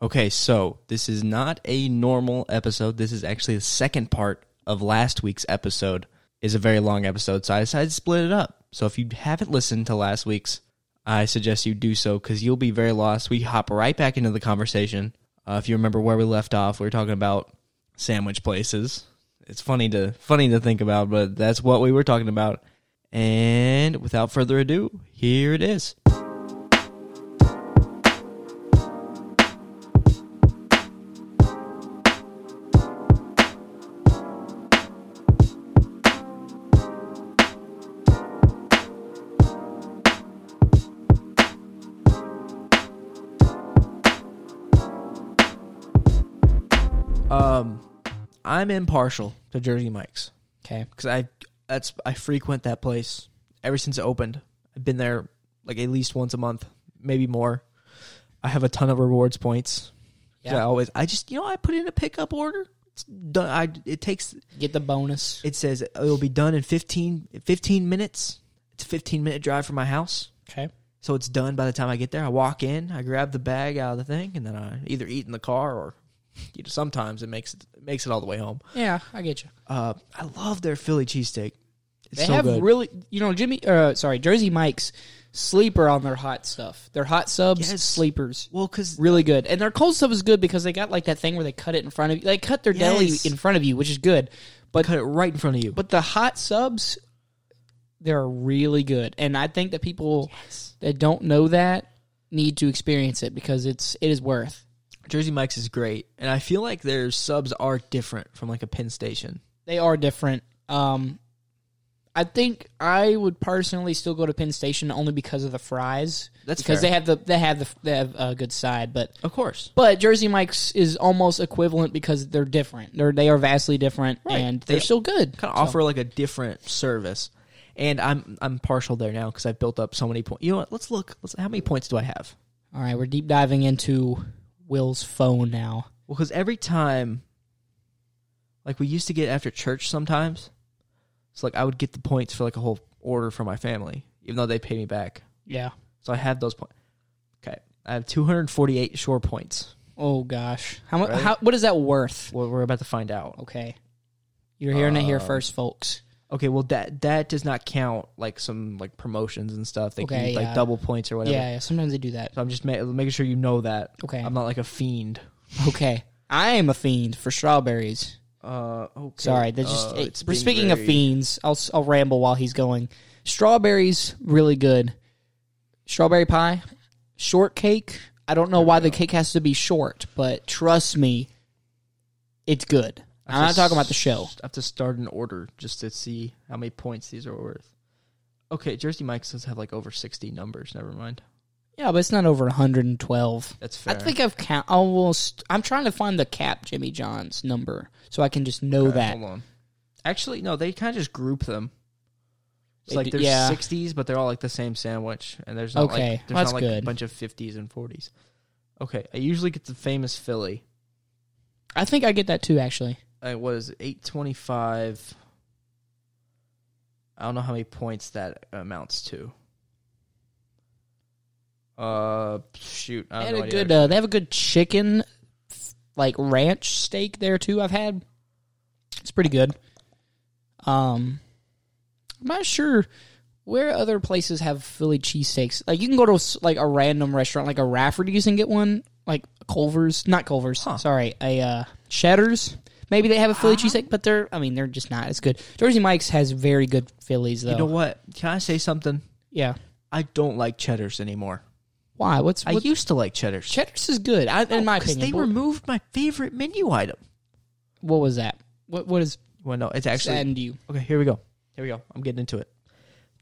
Okay, so this is not a normal episode. This is actually the second part of last week's episode. is a very long episode, so I decided to split it up. So if you haven't listened to last week's, I suggest you do so because you'll be very lost. We hop right back into the conversation. Uh, if you remember where we left off, we were talking about sandwich places. It's funny to funny to think about, but that's what we were talking about. And without further ado, here it is. Um, I'm impartial to Jersey Mike's Okay. because I that's I frequent that place ever since it opened. I've been there like at least once a month, maybe more. I have a ton of rewards points. Yeah. I Yeah. always I just you know I put in a pickup order. It's done. I it takes Get the bonus. it says it'll be done in 15, 15 minutes. It's a fifteen minute drive from my house. Okay. So it's done by the time I get there. I walk in, I grab the bag out of the thing, and then I either eat in the car or you know, sometimes it makes it, makes it all the way home. Yeah, I get you. Uh, I love their Philly cheesesteak. It's They so have good. really, you know, Jimmy. Uh, sorry, Jersey Mike's sleeper on their hot stuff. Their hot subs, Yes. sleepers, well, because really good. And their cold sub is good because they got like that thing where they cut it in front of you. They cut their deli Yes. in front of you, which is good. I cut it right in front of you. But the hot subs, they're really good, and I think that people that don't know that need to experience it because it's it is worth. Jersey Mike's is great, and I feel like their subs are different from like a Penn Station. they are different. Um, I think I would personally still go to Penn Station only because of the fries. That's because fair. they have the they have the they have a good side, but Of course, but Jersey Mike's is almost equivalent because they're different. They're they are vastly different, Right. and they're They- still good. kind of offer like a different service. And I'm I'm partial there now because I've built up so many points. You know what? Let's look. Let's how many points do I have? All right, we're deep diving into Will's phone now. Well, because every time, like we used to get after church sometimes, so like I would get the points for like a whole order for my family, even though they pay me back. Yeah. So I have those points. Okay, I have 248 shore points. Oh gosh, how much? Right. How what is that worth? Well, we're about to find out. Okay, you're hearing it here Um, first, folks. Okay, well that that does not count like some like promotions and stuff. They Okay, can like yeah. double points or whatever. Yeah, yeah, sometimes they do that. So I'm just ma- making sure you know that. Okay, I'm not like a fiend. okay. I am a fiend for strawberries. Uh, okay. Sorry, that just Uh, it- it's we're been speaking of very- fiends. I'll s- I'll ramble while he's going. Strawberries really good. Strawberry pie, shortcake. I don't know why the cake has to be short, but trust me, it's good. I I'm have not to talking about s- the show. I have to start an order just to see how many points these are worth. Okay, Jersey Mike's does have like over 60 numbers. Never mind. Yeah, but it's not over 112. That's fair. I think I've count almost. I'm trying to find the cap Jimmy John's number so I can just know Okay, that. Hold on. Actually, no, they kind of just group them. It's They like do- there's yeah. 60s, but they're all like the same sandwich, and there's not Okay, like there's that's not like a good. bunch of 50s and 40s. Okay, I usually get the famous Philly. I think I get that too. Actually, Uh, what is it? 825. I don't know how many points that amounts to. Uh, shoot, I they have had no a idea. good. Uh, they have a good chicken, like ranch steak there too. I've had. It's pretty good. Um, I'm not sure where other places have Philly cheesesteaks. Like you can go to s- like a random restaurant, like a Rafferty's, and get one. Like Culver's, not Culver's. Huh. Uh-huh. Sorry, a uh, Cheddar's. Maybe they have a Philly cheesesteak, but they're. I mean, they're just not as good. Jersey Mike's has very good Phillies though. You know what? Can I say something? yeah. I don't like cheddars anymore. Why? What's I what? used to like cheddars. Cheddar's is good, I, in my because opinion. they but removed my favorite menu item. what was that? What what is Well, no, it's actually saddened you? okay. Here we go. Here we go. I'm getting into it.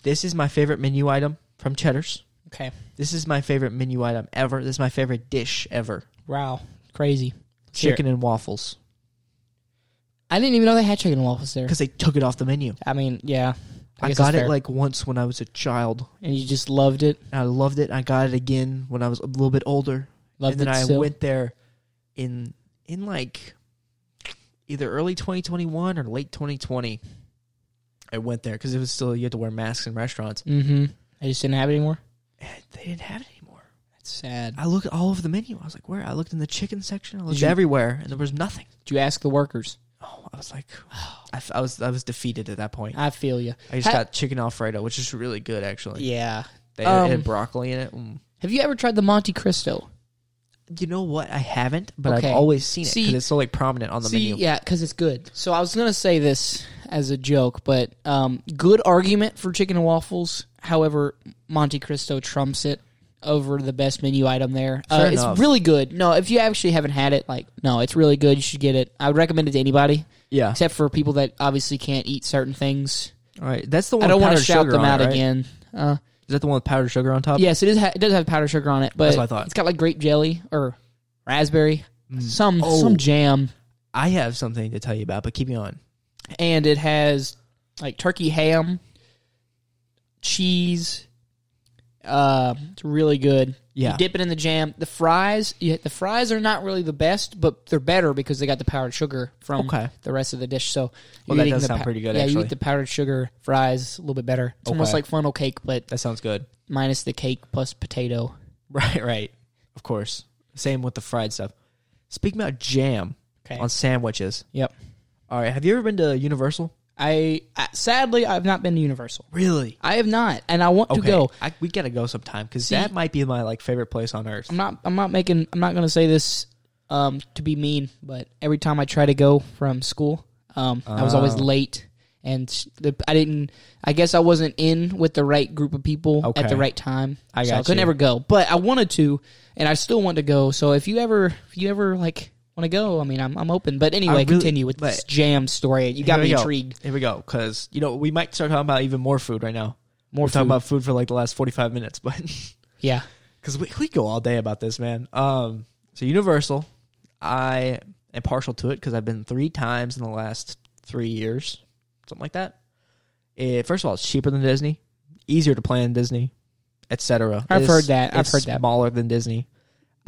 This is my favorite menu item from Cheddar's. Okay. This is my favorite menu item ever. This is my favorite dish ever. Wow. Crazy. Chicken and waffles I didn't even know they had chicken and waffles there. because they took it off the menu. I mean, yeah. I, guess got that's it fair. like once when I was a child. and you just loved it. And I loved it. I got it again when I was a little bit older. Loved and then it I still. went there in in like either early 2021 or late 2020. I went there because it was still you had to wear masks in restaurants. Mm-hmm. I just didn't have it anymore. They didn't have it anymore. Sad. I looked all over the menu. I was like, where? I looked in the chicken section. I looked you- everywhere, and there was nothing. Did you ask the workers? Oh, I was like, I, f- I was I was defeated at that point. I feel you. I just got chicken alfredo, which is really good actually. Yeah. They Um, had broccoli in it. Mm. Have you ever tried the Monte Cristo? You know what? I haven't, but Okay. I've always seen it See- because it's so like prominent on the See, menu. yeah, because it's good. So I was gonna say this as a joke, but um, good argument for chicken and waffles. However, Monte Cristo trumps it over the best menu item there. Uh, Fair it's enough. really good. No, if you actually haven't had it, like, no, it's really good. You should get it. I would recommend it to anybody, Yeah. except for people that obviously can't eat certain things. All right. That's the one. I don't want to shout them out again. Uh, Is that the one with powdered sugar on top? yes, it is. Ha- it does have powdered sugar on it, but what I thought. Mm. it's got like grape jelly or raspberry, some Oh. some jam. I have something to tell you about, but keep me on. and it has like turkey ham, cheese. Uh, it's really good. Yeah. you dip it in the jam. The fries, you, the fries are not really the best, but they're better because they got the powdered sugar from Okay. the rest of the dish. So, Well, you're that eating does the sound pretty good, Yeah, you actually. eat the powdered sugar fries a little bit better. It's almost Okay. like funnel cake, but That sounds good. minus the cake plus potato. Right, right. Of course. Same with the fried stuff. Speaking about jam Okay. on sandwiches. Yep. All right. Have you ever been to Universal? I, I sadly I've not been to Universal. Really? I have not, and I want to Okay. go. I, we gotta go sometime because See- Mm, that might be my like favorite place on earth. I'm not. I'm not making. I'm not going to say this um, to be mean, but every time I try to go from school, um, I was always Oh. late, and s- the, I didn't. I guess I wasn't in with the right group of people at Okay. the right time. I so I got could you. never go, but I wanted to, and I still want to go. So if you ever, if you ever like want to go, I mean, I'm I'm open. But anyway, really- continue with this but- jam story. You got Here we me go. intrigued. Here we go. Because you know we might start talking about even more food right now. More We're talking food. about food for like the last forty five minutes, but Yeah. because we we go all day about this, man. Um, so Universal, I am partial to it because I've been three times in the last three years, something like that. It, first of all, it's cheaper than Disney, easier to plan Disney, etc. I've It's- heard that. I've it's heard that. Smaller than Disney.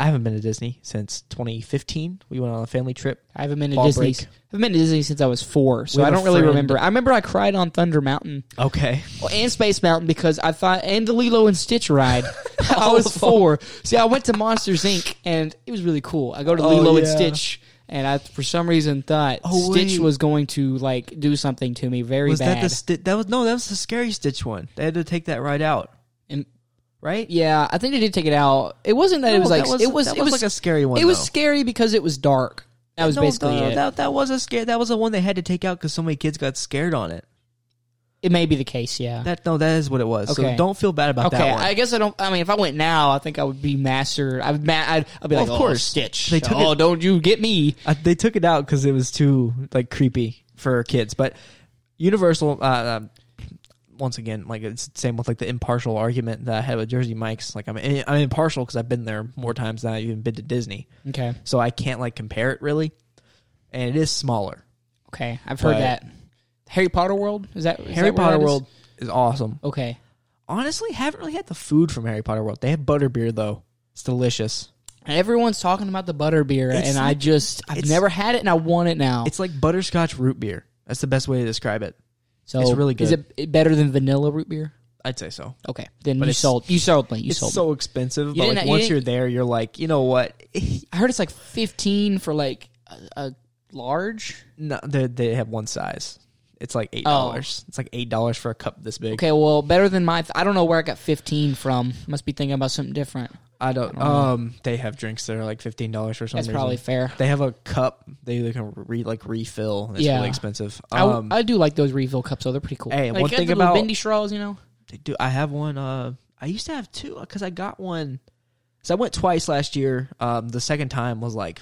I haven't been to Disney since 2015. We went on a family trip. I haven't been to Fall Disney. break. I've been to Disney since I was four, so We I have a don't really friend- remember. I remember I cried on Thunder Mountain. Okay, Well, and Space Mountain because I thought, and the Lilo and Stitch ride. I Oh. was four. See, I went to Monsters Inc. and it was really cool. I go to Oh, Lilo and yeah. Stitch, and I for some reason thought Oh, Stitch wait. was going to like do something to me very was bad. that the sti- that was no that was the scary Stitch one? They had to take that right out, And- right? yeah, I think they did take it out. It wasn't that it No, was that like was- it was that it was was like a scary one, It was though. scary because it was dark. That was No, basically no, it. That, that was a scare. That was the one they had to take out because so many kids got scared on it. it may be the case. Yeah. That no, that is what it was. Okay. So don't feel bad about Okay, that one. I guess I don't. I mean, if I went now, I think I would be master. I'd, ma- I'd, I'd be Well, like, of "Oh, course. Stitch. They took oh, don't you get me? I, they took it out because it was too like creepy for kids. But Universal, uh, um, once again, like it's the same with like the impartial argument that I had with Jersey Mike's. Like I'm I'm impartial because I've been there more times than I've even been to Disney, Okay, so I can't like compare it really. And it is smaller. Okay, I've heard But- that. Harry Potter World is that is Harry that where that Potter is? World is awesome. Okay, Honestly, haven't really had the food from Harry Potter World. They have butterbeer though. It's delicious. and everyone's talking about the butter beer, It's and I like- just I've it's- never had it, and I want it now. It's like butterscotch root beer. That's the best way to describe it. so it's really Is it- it better than vanilla root beer? I'd say so. Okay, then But you it's- sold you sold me. You It's sold me. so expensive, You but didn't- like you once didn't- you're there, you're like, you know what? I heard it's like fifteen for like a, a large. no, they, they have one size. It's like eight dollars. It's like eight dollars for a cup this big. Oh. Okay, well, better than my. I don't know where I got fifteen from. Must be thinking about something different. I don't. um, they have drinks that are like fifteen dollars for some That's reason. probably fair. They have a cup. They, they can re like refill. and It's Yeah. really expensive. I, Um, I do like those refill cups though; they're pretty cool. Hey, like, one got thing the little about- bendy straws, you know. do I have one? Uh, I used to have two because I got one. So I went twice last year. Um, the second time was like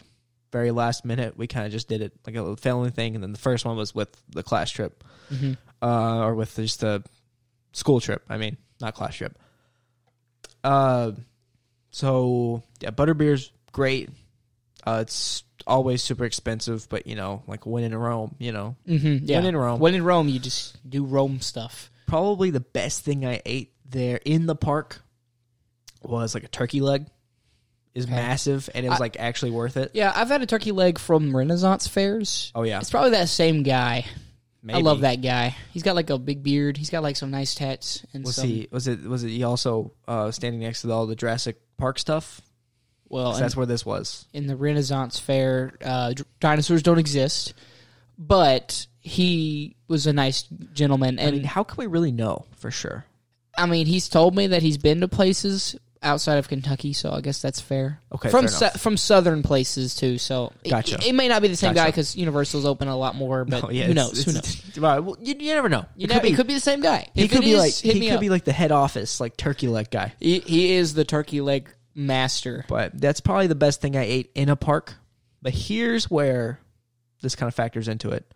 very last minute. We kind of just did it like a little family thing, and then the first one was with the class trip, Mm-hmm. uh, or with just the school trip. I mean, not class trip. Uh, so yeah, butterbeer's great. Uh, it's always super expensive, but you know, like when in Rome, you know, Mm-hmm, yeah. When in Rome. When in Rome, you just do Rome stuff. probably the best thing I ate there in the park was like a turkey leg. Is massive and it was like actually worth it. Yeah, I've had a turkey leg from Renaissance fairs. Oh yeah, It's probably that same guy. I love that guy. He's got like a big beard. He's got like some nice tats and Was some he? Was it? Was it? He also uh, standing next to all the Jurassic Park stuff. 'Cause well, and- that's where this was. in the Renaissance fair. Uh, d- dinosaurs don't exist, but he was a nice gentleman, and I mean, how can we really know for sure? he's told me that he's been to places outside of Kentucky, so I guess that's fair. Okay, from fair enough. sou- from southern places too. So it- Gotcha. It, may not be the same guy 'cause guy Gotcha. because Universal's open a lot more, but who Oh, it's- knows? Who knows? it's- well, well, you, you never know. You It know, could be. it could be the same guy. he If could it be is, like hit he me could up. be like the head office, like turkey leg guy. he, he is the turkey leg master. But that's probably the best thing I ate in a park. But here's where this kind of factors into it.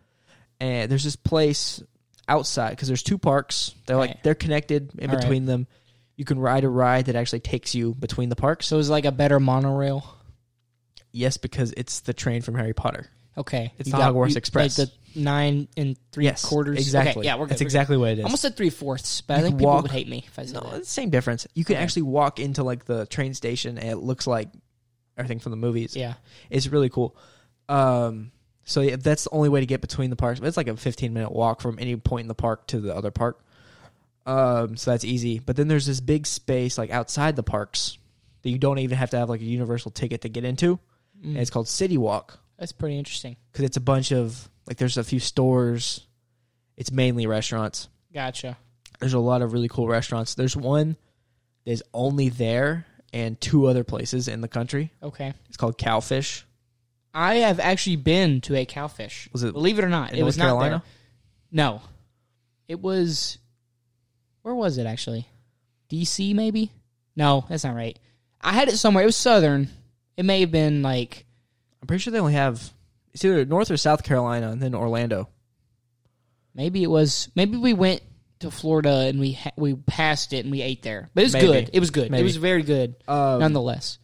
And there's this place outside because there's two parks. They're Okay. like they're connected in All right. between them. You can ride a ride that actually takes you between the parks. So it's like a better monorail. Yes, because it's the train from Harry Potter. Okay, It's the Hogwarts Express. Like the nine and three yes, quarters. Okay, exactly. yeah, we're good. That's we're good. exactly what it is. I almost said three fourths, but I You think could people walk- would hate me if I said No, that. it's the same difference. You can Okay. actually walk into like the train station and it looks like everything from the movies. Yeah, It's really cool. Um, so yeah, that's the only way to get between the parks. It's like a 15 minute walk from any point in the park to the other park. Um, so that's easy. But then there's this big space like outside the parks that you don't even have to have like a universal ticket to get into. And it's called City Walk Mm, that's pretty interesting. because it's a bunch of like there's a few stores. It's mainly restaurants. Gotcha. There's a lot of really cool restaurants. There's one that's only there and two other places in the country. Okay, It's called Cowfish. I have actually been to a cowfish. Was it Believe it or not, in it North was not Carolina? there. No, it was. Where was it actually? D.C. Maybe. No, that's not right. I had it somewhere. It was southern. It may have been like I'm pretty sure they only have it's either North or South Carolina and then Orlando. Maybe it was. Maybe we went to Florida and we ha- we passed it and we ate there. But it was Maybe. good. It was good. It Maybe. was very good. Um, nonetheless,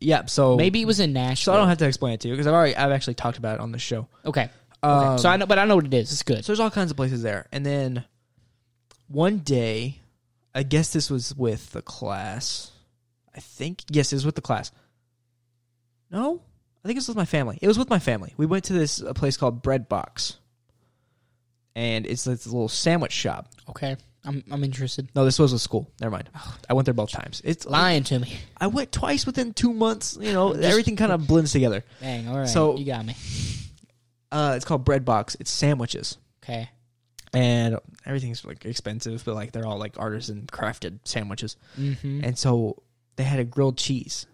Yeah, so maybe it was in so Nashville. I don't have to explain it to you because I've already I've actually talked about it on the show. okay. Um, okay. So I know, but I know what it is. It's good. So there's all kinds of places there. And then one day, I guess this was with the class. I think yes, it was with the class. No, I think it was with my family. It was with my family. We went to this a place called Bread Box, and it's this little sandwich shop. Okay, I'm I'm interested. No, this was with school. Never mind. I went there both times. It's Lying to me. I went twice within two months. You know, Just- everything kind of blends together. Dang. All right. So So- you got me. Uh, it's called Bread Box. It's sandwiches, Okay. and everything's like expensive, but like they're all like artisan crafted sandwiches. Mm-hmm. And so they had a grilled cheese,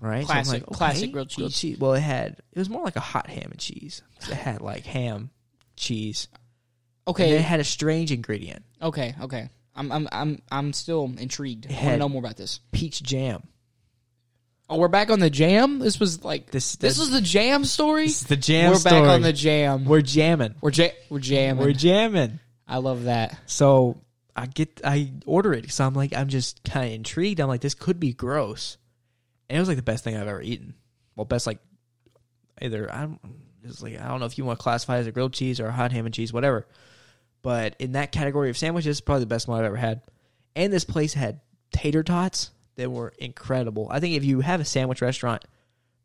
right? So I'm Classic- classic grilled cheese. Well, it had it was more like a hot ham and cheese. It had like ham, cheese. And then it Okay. had a strange ingredient, Okay. Okay. I'm I'm I'm I'm still intrigued. I want to had- know more about this. peach jam. Oh, we're back on the jam. This was like This- This this- was the jam story. It's the jam. we're story. back on the jam. We're jamming. We're ja- we're jamming. We're jamming. I love that. So I get I order it because I'm like I'm just kind of intrigued. I'm like this could be gross, and it was like the best thing I've ever eaten. Well, best like either I'm it's like I don't know if you want to classify it as a grilled cheese or a hot ham and cheese, whatever. But in that category of sandwiches, probably the best one I've ever had. And this place had tater tots that were incredible. I think if you have a sandwich restaurant,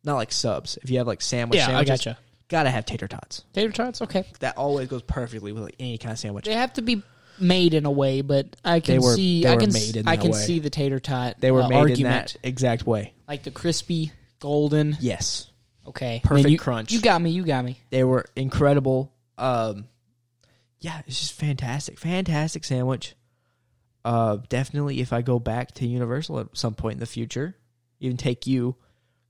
not like subs, if you have like sandwich, Yeah, I sandwiches, gotcha. Gotta have tater tots. Tater tots, okay. That always goes perfectly with like any kind of sandwich. They have to be made in a way, but I can They were- see they I were can made s- in I that can way. see the tater tot. They were uh, made argument. in that exact way. like the crispy golden. Yes. Okay, Perfect Man, you- crunch. You got me. You got me. They were incredible. Um, yeah, it's just fantastic. Fantastic sandwich. Uh, definitely, if I go back to Universal at some point in the future, even take you,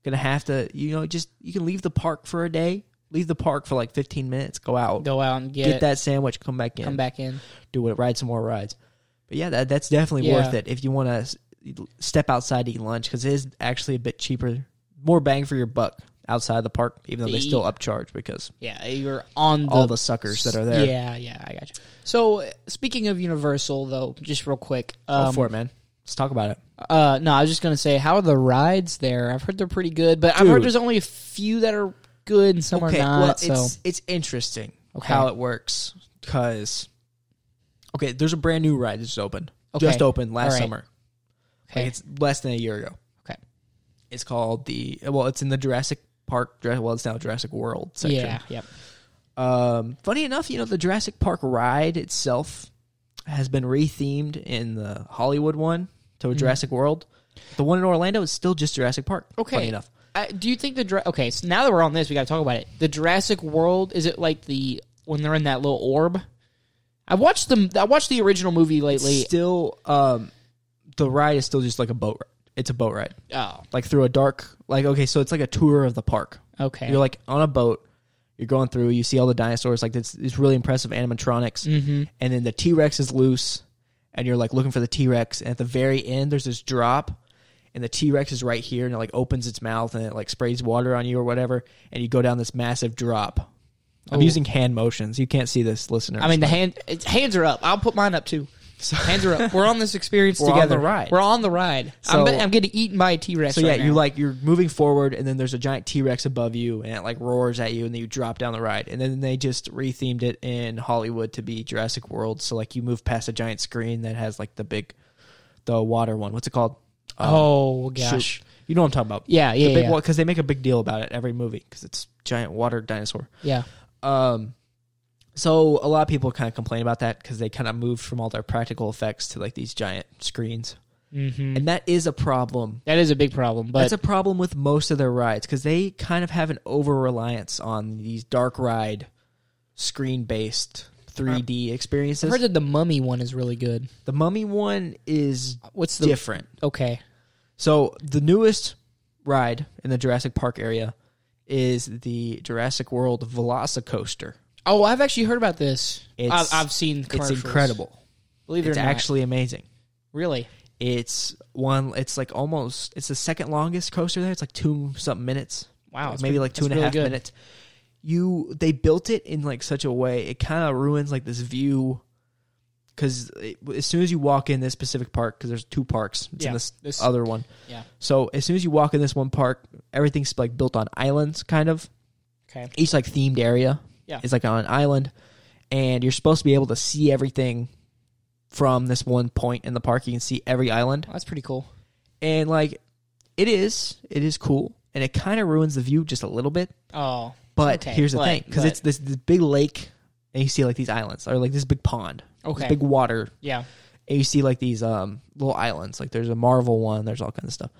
gonna have to, you know, just, you can leave the park for a day, leave the park for like 15 minutes, go out, Go out and get, get it, that sandwich, come back in, Come back in. do it, ride some more rides. But yeah, that, that's definitely Yeah. worth it if you want to step outside to eat lunch because it is actually a bit cheaper, more bang for your buck outside the park, even though they They- still upcharge because Yeah, you're on the, all the suckers that are there. Yeah, yeah, I got you. So uh, speaking of Universal, though, just real quick. Go Um, Oh, for it, man. Let's talk about it. uh, no, I was just gonna say, how are the rides there? I've heard they're pretty good, but I've heard Dude. there's only a few that are good and some are not. so it's it's interesting Okay. how it works because okay, there's a brand new ride that's open, Okay. just opened last All right. summer. okay, Like it's less than a year ago. okay, It's called the well, it's in the Jurassic Park. Jura- Well, it's now Jurassic World section. yeah, yep. Um, funny enough, you know, the Jurassic Park ride itself has been rethemed in the Hollywood one to a Jurassic World. The one in Orlando is still just Jurassic Park. Okay. Funny enough. Uh, do you think the Jura- okay? So now that we're on this, we got to talk about it. The Jurassic World is it like the when they're in that little orb? I watched them. I watched the original movie lately. Still, um, the ride is still just like a boat ride. It's a boat ride. Oh, Like through a dark, like, okay, so it's like a tour of the park. okay. You're like on a boat. You're going through. You see all the dinosaurs. Like it's, it's really impressive animatronics. Mm-hmm. And then the T Rex is loose, and you're like looking for the T Rex. And at the very end, there's this drop, and the T Rex is right here, and it like opens its mouth and it like sprays water on you or whatever, and you go down this massive drop. I'm using hand motions. You can't see this, listener. Oh. I mean, the hand it's, hands are up. I'll put mine up too. hands are up. We're on this experience We're on together. the ride. We're on the ride. So- I'm, I'm getting eaten by a T Rex. so yeah, right you now. like you're moving forward, and then there's a giant T Rex above you, and it like roars at you, and then you drop down the ride, and then they just rethemed it in Hollywood to be Jurassic World. So like you move past a giant screen that has like the big, the water one. What's it called? Oh Shoot. gosh. you know what I'm talking about. Yeah, yeah, the big yeah. because they make a big deal about it every movie because it's giant water dinosaur. Yeah. Um, so a lot of people kind of complain about that because they kind of moved from all their practical effects to like these giant screens, Mm-hmm. and that is a problem That is a big problem. But that's a problem with most of their rides because they kind of have an over reliance on these dark ride, screen based 3D I've heard experiences. that the Mummy one is really good. The Mummy one is What's the different. okay? So the newest ride in the Jurassic Park area is the Jurassic World Velocicoaster. Oh, I've actually heard about this. I've, It's- I've seen. It's Commercials. incredible. Believe it It's or not. actually amazing. really. It's one. It's like almost. It's the second longest coaster there. It's like two something minutes. Wow, Like it's maybe pretty- like two that's and a really half good. minutes. You they built it in like such a way it kind of ruins like this view because as soon as you walk in this specific park because there's two parks it's in Yeah, this, this- other one Yeah. so as soon as you walk in this one park everything's like built on islands kind of Okay. each like themed area Yeah. is like on an island and you're supposed to be able to see everything from this one point in the park you can see every island Well, that's pretty cool. and like it is it is cool and it kind of ruins the view just a little bit Oh, but Okay, here's the but- thing because but- it's this, this big lake and you see like these islands or like this big pond Okay. this big water yeah. and you see like these um little islands like there's a marvel one there's all kinds of stuff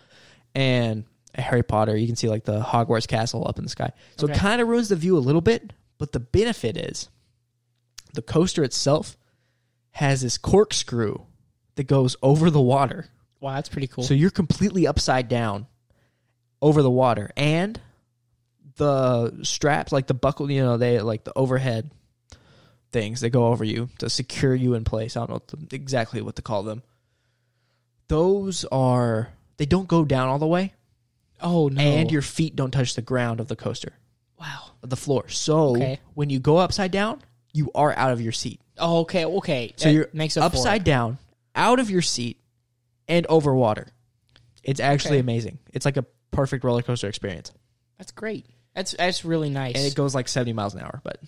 and a harry potter you can see like the hogwarts castle up in the sky so it Okay. kind of ruins the view a little bit but the benefit is the coaster itself has this corkscrew that goes over the water Wow, that's pretty cool. so you're completely upside down over the water. And the straps, like the buckle, you know, they like the overhead things that go over you to secure you in place. I don't know what to- exactly what to call them. Those are, they don't go down all the way, oh no. and your feet don't touch the ground of the coaster, wow. of the floor. So Okay. when you go upside down, you are out of your seat. Oh, okay. Okay. So That you're makes up for it. upside down, out of your seat, and over water. It's actually Okay. amazing. It's like a perfect roller coaster experience, That's great. That's that's really nice. and it goes like seventy miles an hour. But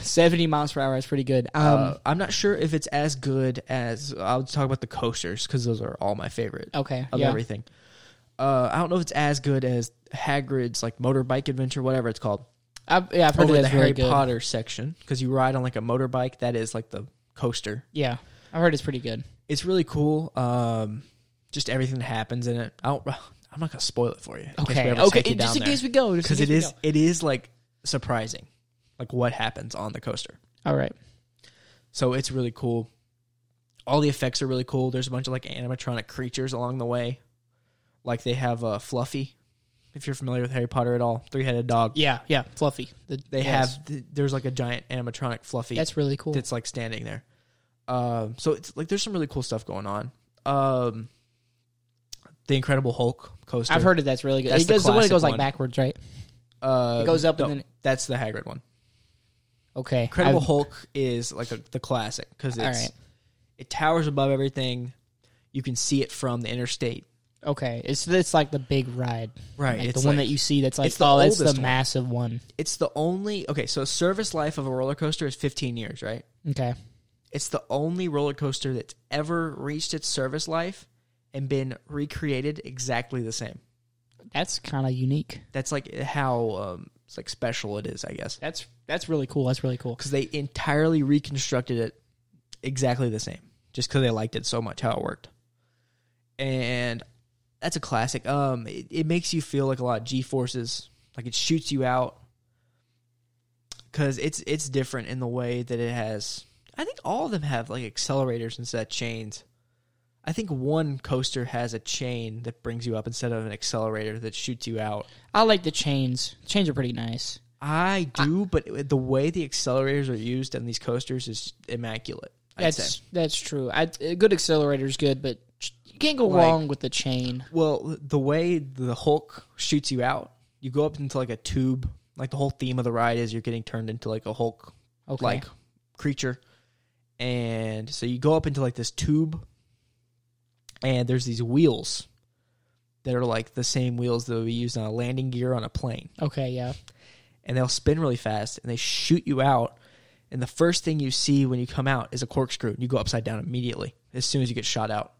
Seventy miles per hour is pretty good. Um. uh, I'm not sure if it's as good as I'll talk about the coasters because those are all my favorite okay. of Oh, yeah. everything. Uh, I don't know if it's as good as Hagrid's like motorbike adventure, whatever it's called, I've, yeah, I've heard over it the is Harry really good. Potter section because you ride on like a motorbike that is like the coaster. Yeah, I've heard it's pretty good. it's really cool. Um, just everything that happens in it. I don't, I'm not gonna spoil it for you. in case we Okay. ever Okay. take you just down in case we go, just in because it case we is it is like surprising, like what happens on the coaster. go. All right. So it's really cool. All the effects are really cool. There's a bunch of like animatronic creatures along the way. Like they have uh, Fluffy, if you're familiar with Harry Potter at all, three headed dog. Yeah. Yeah. Fluffy. The, They yes. have th- there's like a giant animatronic Fluffy That's really cool. that's like standing there. Um, so it's like there's some really cool stuff going on. Um, the Incredible Hulk coaster. I've heard of that's really good. That's it the goes the, one that classic goes like one. backwards, right? uh, it goes up and then- that's the Hagrid one. Okay. Incredible I've- Hulk is like a, the classic because All it's right. it towers above everything. You can see it from the interstate. Okay. It's it's like the big ride, Right, Like it's the one like- that you see that's like it's the oh, that's the oldest one. massive one. It's the only okay. So service life of a roller coaster is 15 years, right? Okay. It's the only roller coaster that's ever reached its service life and been recreated exactly the same. That's kind of unique. That's like how um, it's like special it is, I guess, That's that's really cool. That's really cool. because they entirely reconstructed it exactly the same, just because they liked it so much how it worked. And that's a classic. Um, it, it makes you feel like a lot of G forces, like it shoots you out, because it's it's different in the way that it has. I think all of them have like accelerators instead of chains. I think one coaster has a chain that brings you up instead of an accelerator that shoots you out. I like the chains. Chains are pretty nice. I do, but the way the accelerators are used on these coasters is immaculate. I'd That's say. that's true. I, a good accelerator is good, but ch- you can't go Like- wrong with the chain. Well, the way the Hulk shoots you out, you go up into like a tube. Like the whole theme of the ride is you're getting turned into like a Hulk Okay. like creature. And so you go up into like this tube and there's these wheels that are like the same wheels that would be used on a landing gear on a plane. Okay, yeah. and they'll spin really fast and they shoot you out. And the first thing you see when you come out is a corkscrew. You go upside down immediately as soon as you get shot out.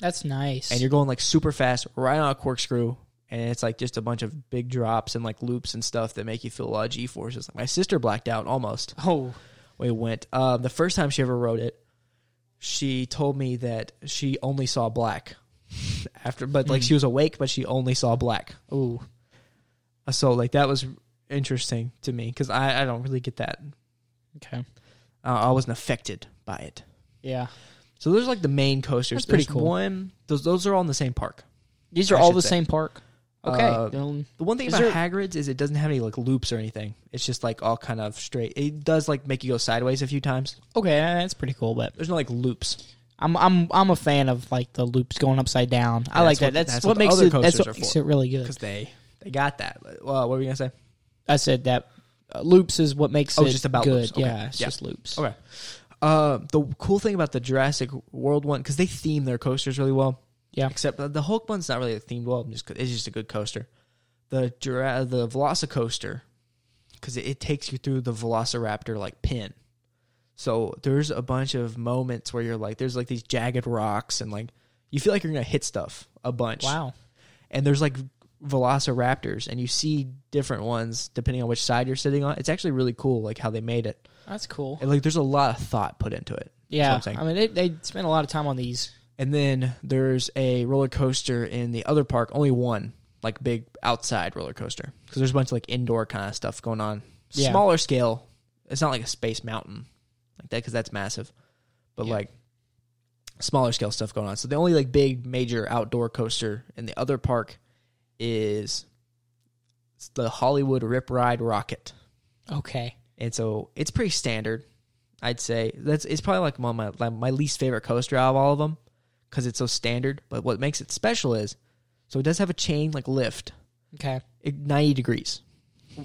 That's nice. And you're going like super fast right on a corkscrew. And it's like just a bunch of big drops and like loops and stuff that make you feel a lot of G forces. Like my sister blacked out almost oh, we went. Um, the first time she ever rode it, she told me that she only saw black after, but Hmm. like she was awake, but she only saw black. Ooh, so like that was interesting to me because I, I don't really get that. okay. Uh, I wasn't affected by it. Yeah. So those are like the main coasters. That's pretty There's cool. One, those those are all in the same park. These are I all should the say. same park. Okay. Uh, then- The one thing Is about Hagrid's is it doesn't have any like loops or anything. It's just like all kind of straight. It does like make you go sideways a few times. okay, that's pretty cool, but There's no like loops. I'm I'm I'm a fan of like the loops going upside down. I that's like that. what- That's, that's what, what the makes other it that's coasters what are makes for. it really good. because they they got that. Well, what were you gonna say? I said that uh, loops is what makes Oh, it just about good. loops. Okay. Yeah, it's Yeah. Oh, just loops. Okay. Uh, the cool thing about the Jurassic World one because they theme their coasters really well. Yeah. Except that the Hulk one's not really themed well. Just 'cause- it's just a good coaster. The Jura- the Velocicoaster because it, it takes you through the Velociraptor like pin. So there's a bunch of moments where you're like, there's like these jagged rocks and like you feel like you're gonna hit stuff a bunch. Wow. and there's like velociraptors and you see different ones depending on which side you're sitting on it's actually really cool like how they made it That's cool. and like there's a lot of thought put into it Yeah. That's what I'm I saying. mean they they spent a lot of time on these. and then there's a roller coaster in the other park only one like big outside roller coaster because there's a bunch of like indoor kind of stuff going on Yeah. smaller scale it's not like a space mountain like that because that's massive but Yeah. like smaller scale stuff going on so the only like big major outdoor coaster in the other park is it's the hollywood rip ride rocket Okay. and so it's pretty standard i'd say that's it's probably like one of my like my least favorite coaster out of all of them because it's so standard but what makes it special is so it does have a chain like lift Okay. it- 90 degrees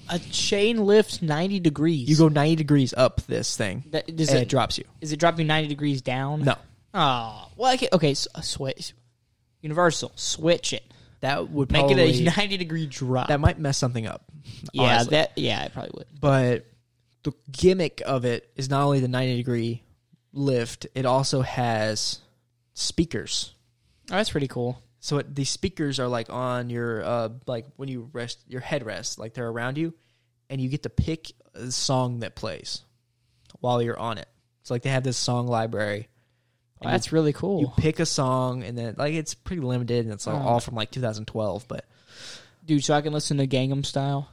A chain lift 90 degrees. you go 90 degrees up this thing That, does and it, it drops you is it drop you 90 degrees down? no Oh, well, okay, okay so, uh, switch. Universal, switch it. that would Make probably, it a 90 degree drop. that might mess something up yeah, honestly. that yeah, it probably would. but the gimmick of it is not only the 90 degree lift it also has speakers Oh, that's pretty cool. so it, these speakers are like on your uh like when you rest your headrest like they're around you and you get to pick a song that plays while you're on it it's like they have this song library Oh, that's really cool. you pick a song and then like it's pretty limited and it's like, Oh. all from like 2012 but Dude, so I can listen to Gangnam Style.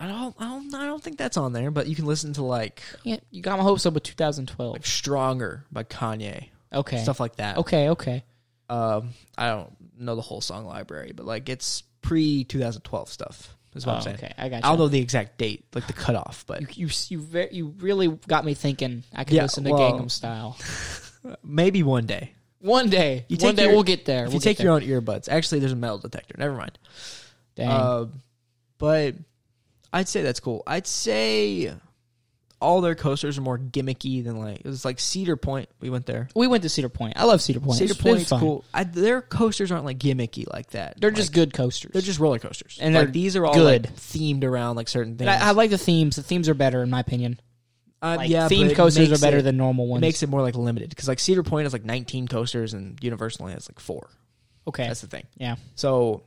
I don't, I don't i don't think that's on there but you can listen to like Yeah, you got my hopes up with 2012. stronger by kanye Okay. stuff like that Okay, okay. um i don't know the whole song library but like it's pre 2012 stuff is what Oh, i'm saying okay, I got I don't you. know the exact date, like the cutoff, but You you you, ve- you really got me thinking. I could Yeah, listen to well- Gangnam Style. maybe one day. One day, You take one day your- we'll get there. If we'll you take your own earbuds, actually, there's a metal detector. Never mind. dang, Uh, but I'd say that's cool. I'd say all their coasters are more gimmicky than like it was like Cedar Point. We went there. we went to Cedar Point. I love Cedar Point. Cedar It's been Point's fun. cool. I, their coasters aren't like gimmicky like that. They're Like, just good coasters. they're just roller coasters, And like they're these are all good. like, themed around like certain things. But I, I like the themes. The themes are better in my opinion. Uh, Like yeah, but themed it coasters are makes better it- than normal It ones. makes it more like limited because like Cedar Point has like 19 coasters and Universal only has like four. okay. That's the thing. yeah. So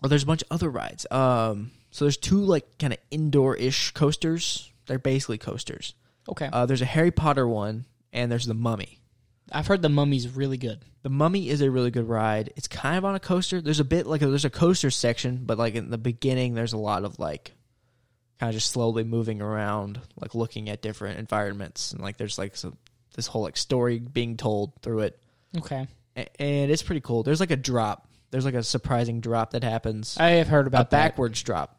Well, there's a bunch of other rides. Um, so there's two like kind of indoor-ish coasters. They're basically coasters. Okay. Uh, there's a Harry Potter one, and there's the Mummy. I've heard the mummy's really good. The Mummy is a really good ride. It's kind of on a coaster. There's a bit like there's a coaster section, but like in the beginning, there's a lot of like kind of just slowly moving around, like looking at different environments, and like there's like some, this whole like story being told through it, Okay. A- and it's pretty cool. There's like a drop. There's like a surprising drop that happens. I have heard a about that. backwards drop.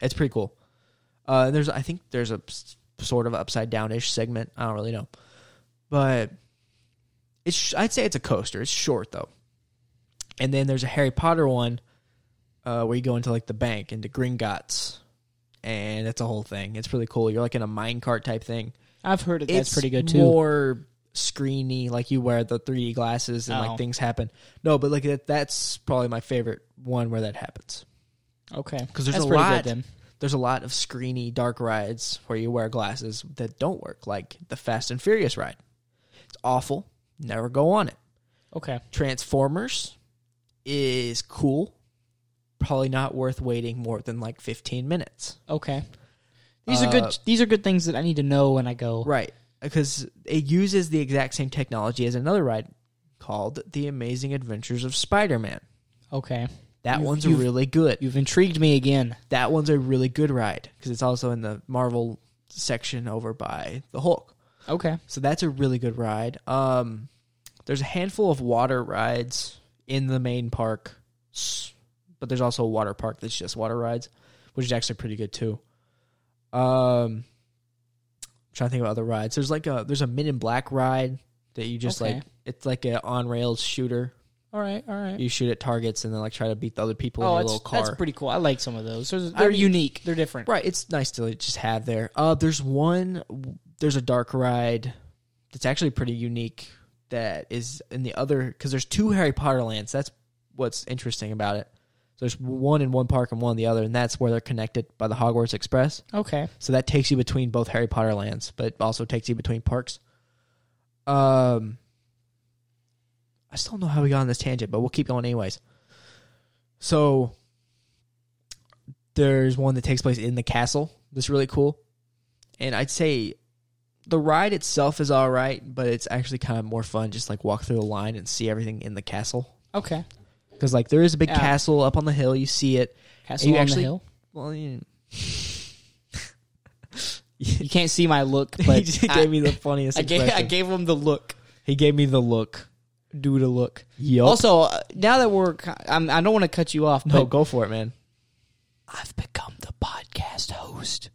It's pretty cool. Uh, and there's I think there's a s- sort of upside down ish segment. I don't really know, but it's sh- I'd say it's a coaster. It's short though, and then there's a Harry Potter one uh, where you go into like the bank into Gringotts, and it's a whole thing. It's really cool. You're like in a mine cart type thing. I've heard that that's It's pretty good too. More screeny, like you wear the 3D glasses and Oh. like things happen. No, but like that, that's probably my favorite one where that happens okay. because there's That's a pretty lot. Good then. There's a lot of screeny dark rides where you wear glasses that don't work, like the Fast and Furious ride. It's awful. Never go on it. Okay. Transformers is cool. Probably not worth waiting more than like 15 minutes. Okay. These are good. Uh, These are good things that I need to know when I go. Right, because it uses the exact same technology as another ride called The Amazing Adventures of Spider-Man. Okay. That You've- one's you've- really good. You've intrigued me again. that one's a really good ride because it's also in the Marvel section over by the Hulk. Okay. So that's a really good ride. Um, there's a handful of water rides in the main park, s- but there's also a water park that's just water rides, which is actually pretty good too. Um, I'm trying to think of other rides. There's like a there's a Men in Black ride that you just Okay. like it's like a on rails shooter. All right. All right. You shoot at targets and then like try to beat the other people oh, in your that's, little car. that's pretty cool. I like some of those. They're, I they're mean- unique. They're different. Right, it's nice to just have there. Uh, there's one. There's a dark ride that's actually pretty unique. That is in the other because there's two Harry Potter lands. That's what's interesting about it. So there's one in one park and one in the other, and that's where they're connected by the Hogwarts Express. Okay. So that takes you between both Harry Potter lands, but also takes you between parks. Um, I still don't know how we got on this tangent, but we'll keep going anyways. So there's one that takes place in the castle that's really cool, and I'd say the ride itself is all right, but it's actually kind of more fun just like walk through the line and see everything in the castle Okay. because like there is a big Yeah. castle up on the hill. You see it. Castle you on the actually- hill. Well, you, You can't see my look, he but just gave I, me the funniest. I gave I expression. gave him the look. He gave me the look. Do the look. Yup. Also, uh, now that we're, ki- I'm, I don't want to cut you off, no, but go for it, man. I've become the podcast host.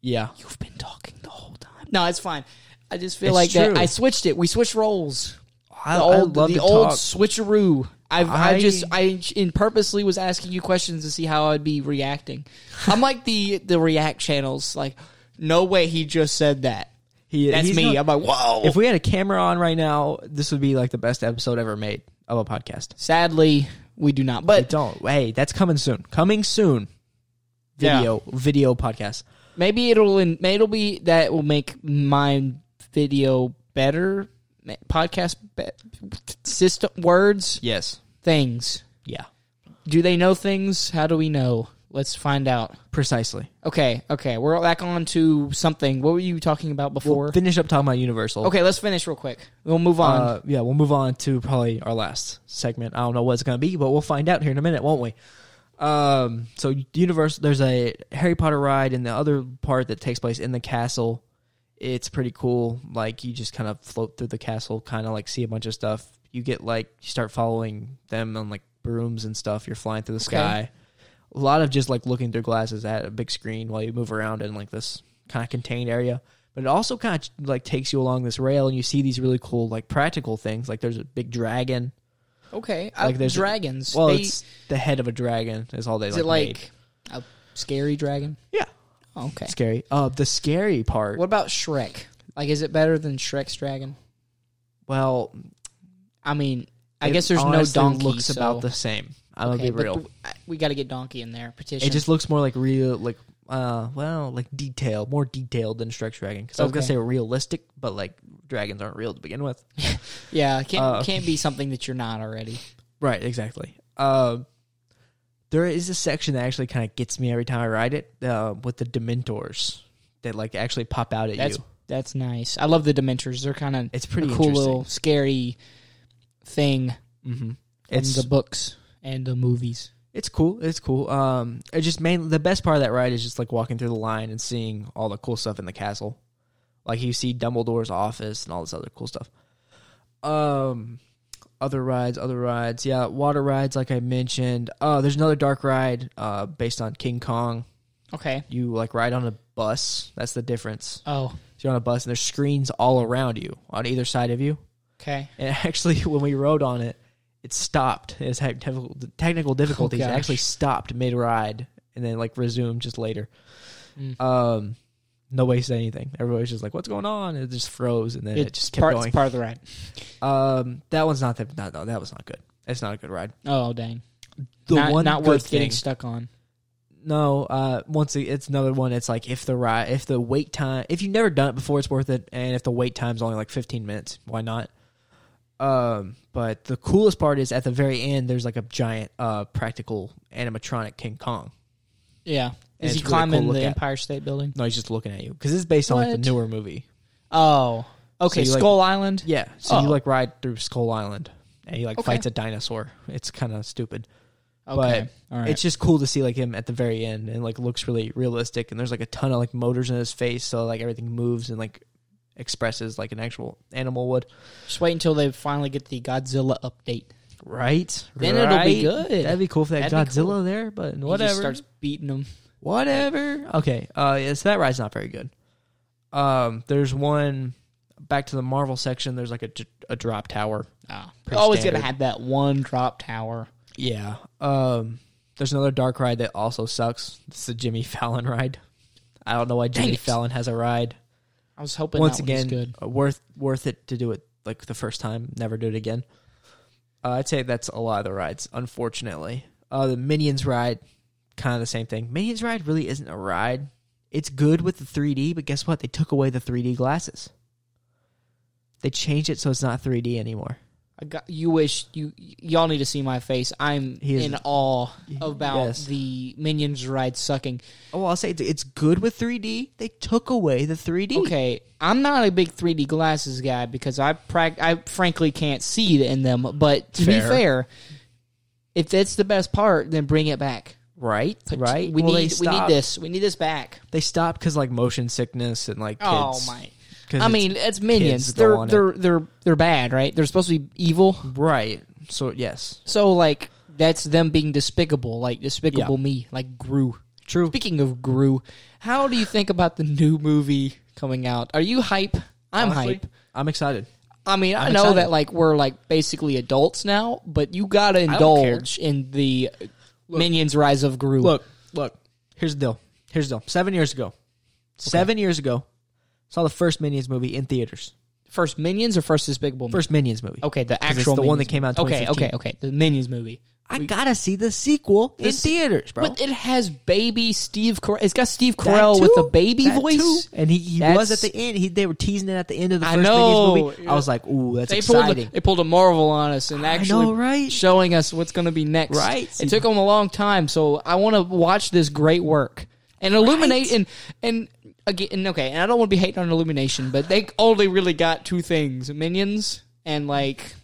Yeah. You've been talking the whole time. No, it's fine. I just feel It's like true. that. I switched it. We switched roles. I, The I old, love the to old talk. switcheroo. I've, I, I- just, I in purposely was asking you questions to see how I'd be reacting. I'm like the the React channels. Like, no way he just said that. He- That's he's me. not- I'm like, whoa. if we had a camera on right now, this would be like the best episode ever made of a podcast. Sadly, we do not. I But don't. Hey, that's coming soon. Coming soon. Video. Video podcast. Maybe it'll in, may- it'll be that will make my video better, ma- podcast be, system words Yes. things. Yeah. Do they know things? How do we know? Let's find out. Precisely. Okay, okay, we're back on to something. What were you talking about before? Finish up talking about Universal. okay, let's finish real quick. We'll move on. Uh, yeah, we'll move on to probably our last segment. I don't know what it's going to be, but we'll find out here in a minute, won't we? Um, so universe, there's a Harry Potter ride, and the other part that takes place in the castle. It's pretty cool. Like you just kind of float through the castle, kind of like see a bunch of stuff. You get like you start following them on like brooms and stuff. You're flying through the sky. A lot of just like looking through glasses at a big screen while you move around in like this kind of contained area. But it also kind of like takes you along this rail, and you see these really cool like practical things. Like there's a big dragon. okay, like uh, there's- dragons. Well, They- it's the head of a dragon is all they is like. it made. like a scary dragon? Yeah. Oh, okay. Scary. Uh, the scary part. What about Shrek? Like, is it better than Shrek's dragon? Well, I mean, I it guess there's no honestly donkey. Looks so- about the same. I'm Okay, gonna be but real. th- I- we got to get Donkey in there. Petition. it just looks more like real, like uh, well, like detail, more detailed than Shrek's dragon. Because I was gonna Okay. say realistic, but like dragons aren't real to begin with. yeah, it can't uh, can't be something that you're not already. Right. Exactly. Um, Uh, There is a section that actually kind of gets me every time I ride it uh, with the Dementors that like actually pop out at That's you. that's nice. I love the Dementors. They're kind of It's pretty a cool interesting. little scary thing Mm-hmm. in It's the books and the movies. It's cool. It's cool. Um, it just mainly the best part of that ride is just like walking through the line and seeing all the cool stuff in the castle. Like you see Dumbledore's office and all this other cool stuff. Um, other rides, other rides. Yeah, water rides, like I mentioned. Uh, there's another dark ride, uh, based on King Kong. Okay. You like ride on a bus. That's the difference. Oh, So you're on a bus and there's screens all around you on either side of you. okay. And actually, when we rode on it, it stopped. It had technical, technical difficulties. it Oh, gosh. actually stopped mid ride and then like resumed just later. Mm. Um, nobody said anything. Everybody was just like, "What's going on?" It just froze and then it just kept part, going. It's part of the ride. um, that one's not that. Not, no, that was not good. It's not a good ride. Oh, dang. The not one not good worth thing. getting stuck on. No, uh, once it- it's another one. It's like if the ride, if the wait time, if you've never done it before, it's worth it, and if the wait time's only like fifteen minutes, why not? Um, but the coolest part is at the very end. There's like a giant, uh, practical animatronic King Kong. Yeah. And Is it's he really climbing cool to the look at. Empire State Building? No, he's just looking at you because it's based on like the What? newer movie. Oh, okay. you, like- Skull Island. Yeah, so you Oh. like ride through Skull Island and he like Okay. fights a dinosaur. It's kind of stupid. Okay. All right. It's just cool to see like him at the very end and like looks really realistic and there's like a ton of like motors in his face so like everything moves and like expresses like an actual animal would. just wait until they finally get the Godzilla update. Right? Then it'll be good. That'd be cool if they had That'd be Godzilla cool. there, but He whatever. just starts beating them. whatever. Okay. Uh yeah, so that ride's not very good. Um there's one back to the Marvel section, there's like a, d- a drop tower. Ah, Pretty always standard. gonna have that one drop tower. Yeah. Um there's another dark ride that also sucks. It's the Jimmy Fallon ride. I don't know why Dang Jimmy it. Fallon has a ride. I was hoping once that one was again good. uh, worth worth it to do it like the first time never do it again uh, i'd say that's a lot of the rides unfortunately uh, the minions ride kind of the same thing minions ride really isn't a ride it's good with the 3d but guess what they took away the 3d glasses they changed it so it's not 3d anymore I got, you wish you y- y'all need to see my face. I'm He is- in awe about Yes. the minions ride sucking. oh well, i'll say it's- it's good with 3d they took away the 3d Okay, I'm not a big 3D glasses guy because I prac- I frankly can't see in them. But to Fair. be fair, if that's the best part, then bring it back. right Put- right We Well, they need we need stopped- this. We need this back. they stopped because like motion sickness and like kids. Oh my! 'Cause I it's- mean, it's minions. kids go They're on it. they're they're they're bad, right? They're supposed to be evil. right so yes So like that's them being despicable, like despicable me, like Gru. True. Speaking of Gru, how do you think about the new movie coming out? Are you hype? I'm Honestly, hype. I'm excited. I mean, i I'm know excited. that like we're like basically adults now, but you gotta indulge in the Minions Rise of Gru. Look, look. Here's the deal. Here's the deal. Seven years ago, seven years ago, saw the first Minions movie in theaters. first Minions or first Despicable Me? First Minions movie. Okay, the 'Cause it's actual the one Minions that came out in movie. Okay, 2015. okay, okay. The Minions movie. I gotta see the sequel in This- theaters, bro. But it has baby Steve Carell. It's got Steve That Carell with too? the baby That voice. too? and he, he was at That's- the end. He, they were teasing it at the end of the I first know. Minions movie. I was like, "Ooh, that's they pulled exciting!" a, they pulled a Marvel on us and actually know, right? showing us what's going to be next. Right. It took them a long time, so I want to watch this great work and illuminate and and again and okay. And I don't want to be hating on illumination, but they only really got two things: minions and like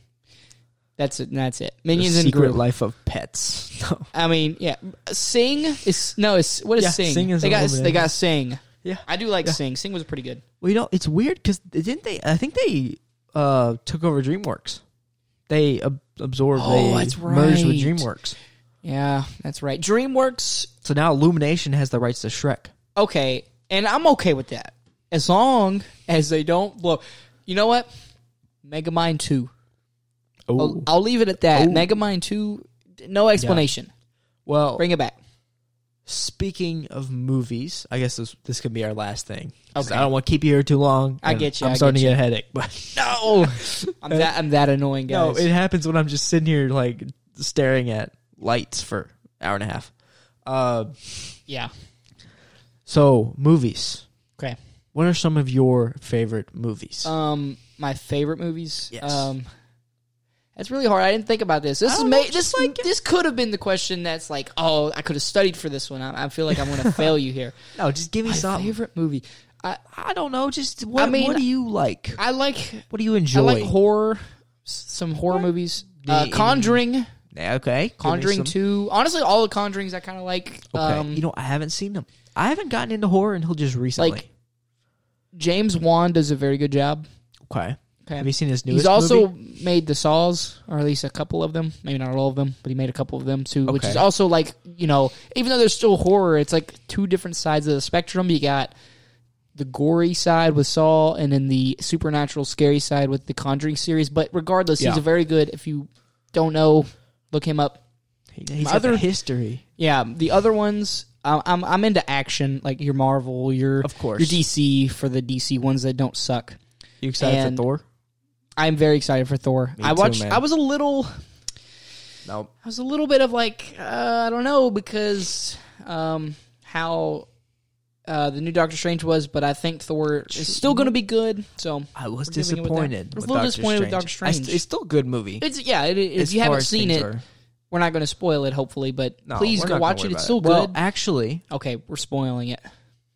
that's it. and That's it. Minions and Secret Groot. Life of Pets. No. I mean, yeah. Sing is no. It's what is Yeah, sing? Sing is they got Illumination. they got sing. Yeah. I do like sing. Sing was pretty good. Well, you know, it's weird because didn't they? I think they uh, took over DreamWorks. They ab- absorbed. Oh, they that's Merged with right. DreamWorks. Yeah, that's right. DreamWorks So now Illumination has the rights to Shrek. okay, and I'm okay with that as long as they don't blow. You know what? Megamind two. I'll, I'll leave it at that. Ooh. Megamind two. No explanation. Well, Bring it back. speaking of movies, I guess this this could be our last thing. 'Cause Okay. I don't want to keep you here too long. I and get you, I'm I starting get to get a headache. But No, I'm that. I'm that annoying, Uh, no, guys. it happens when I'm just sitting here like staring at lights for an hour and a half. Uh, yeah. so movies. Okay. What are some Uh, of your favorite movies? Um, my favorite movies. Yes. Um, That's really hard. I didn't think about this. This is don't know, ma- just this this could have been the question that's like, oh, I could have studied for this one. I, I feel like I'm going to fail you here. No, just give me My something. favorite movie. I I don't know. Just what, I mean, what do you like? I like What do you enjoy? I like horror, s- some horror movies. Uh, The- Conjuring, Yeah, okay, Give me Conjuring some- Two. Honestly, all the Conjurings I kind of like. Okay, Um, you know I haven't seen them. I haven't gotten into horror until just recently. Like- James Wan does a very good job. okay, Okay. have you seen his newest? He's also movie? made the saws, or at least a couple of them. Maybe not all of them, but he made a couple of them too, which Okay. is also like you know, even though there's still horror, it's like two different sides of the spectrum. You got the gory side with Saw, and then the supernatural, scary side with the Conjuring series. But regardless, Yeah. he's a very good. If you don't know, look him up. He- he's my got the other- history. Yeah, the other ones, I'm I'm, I'm into action, like your Marvel, your Of course. your DC for the DC ones that don't suck. You excited and- for Thor? I'm very excited for Thor. Me I too, watched. man. I was a little. Nope. I was a little bit of like uh, I don't know because um, how uh, the new Doctor Strange was, but I think Thor is still going to be good. So I was We're giving it with that. disappointed. I was with a little Doctor disappointed with Doctor I st- Strange. it's still a good movie. it's yeah. It, it- if as you far haven't as seen things it, are. we're not going to spoil it. Hopefully, but No, please we're go not gonna watch worry it. It's about still well, good. actually, okay, we're spoiling it.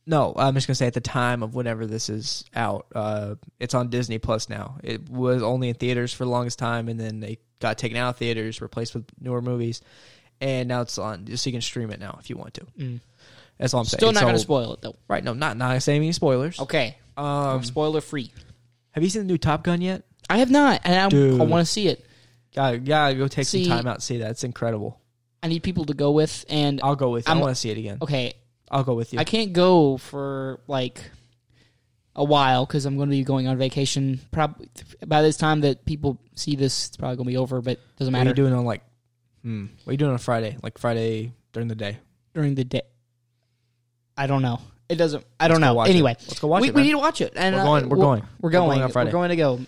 no. I'm just gonna say at the time of whenever this is out, uh, it's on Disney Plus now. It was only in theaters for the longest time, and then they got taken out of theaters, replaced with newer movies, and now it's on. So you can stream it now if you want to. That's all I'm Mm. Still saying. not going to So- spoil it though. Right? No, not not saying any spoilers. Okay, Um, spoiler free. have you seen the new Top Gun yet? I have not, and I, Dude. I want to see it. Gotta, gotta go take See- some time out and see that. It's incredible. I need people to go with, and I'll go with you. i I'm- want to see it again. okay, I'll go with you. I can't go for like a while because I'm going to be going on vacation. Probably by this time that people see this, it's probably going to be over. But doesn't what are matter you doing on like? Hmm, what are you doing on Friday? Like Friday during the day? during the day. I don't know. It doesn't. I don't know. watch it. Anyway, Let's go watch we, it. we man. need to watch it. And We're uh, going- we're we'll- going. We're We're going going. on Friday. We're going to go.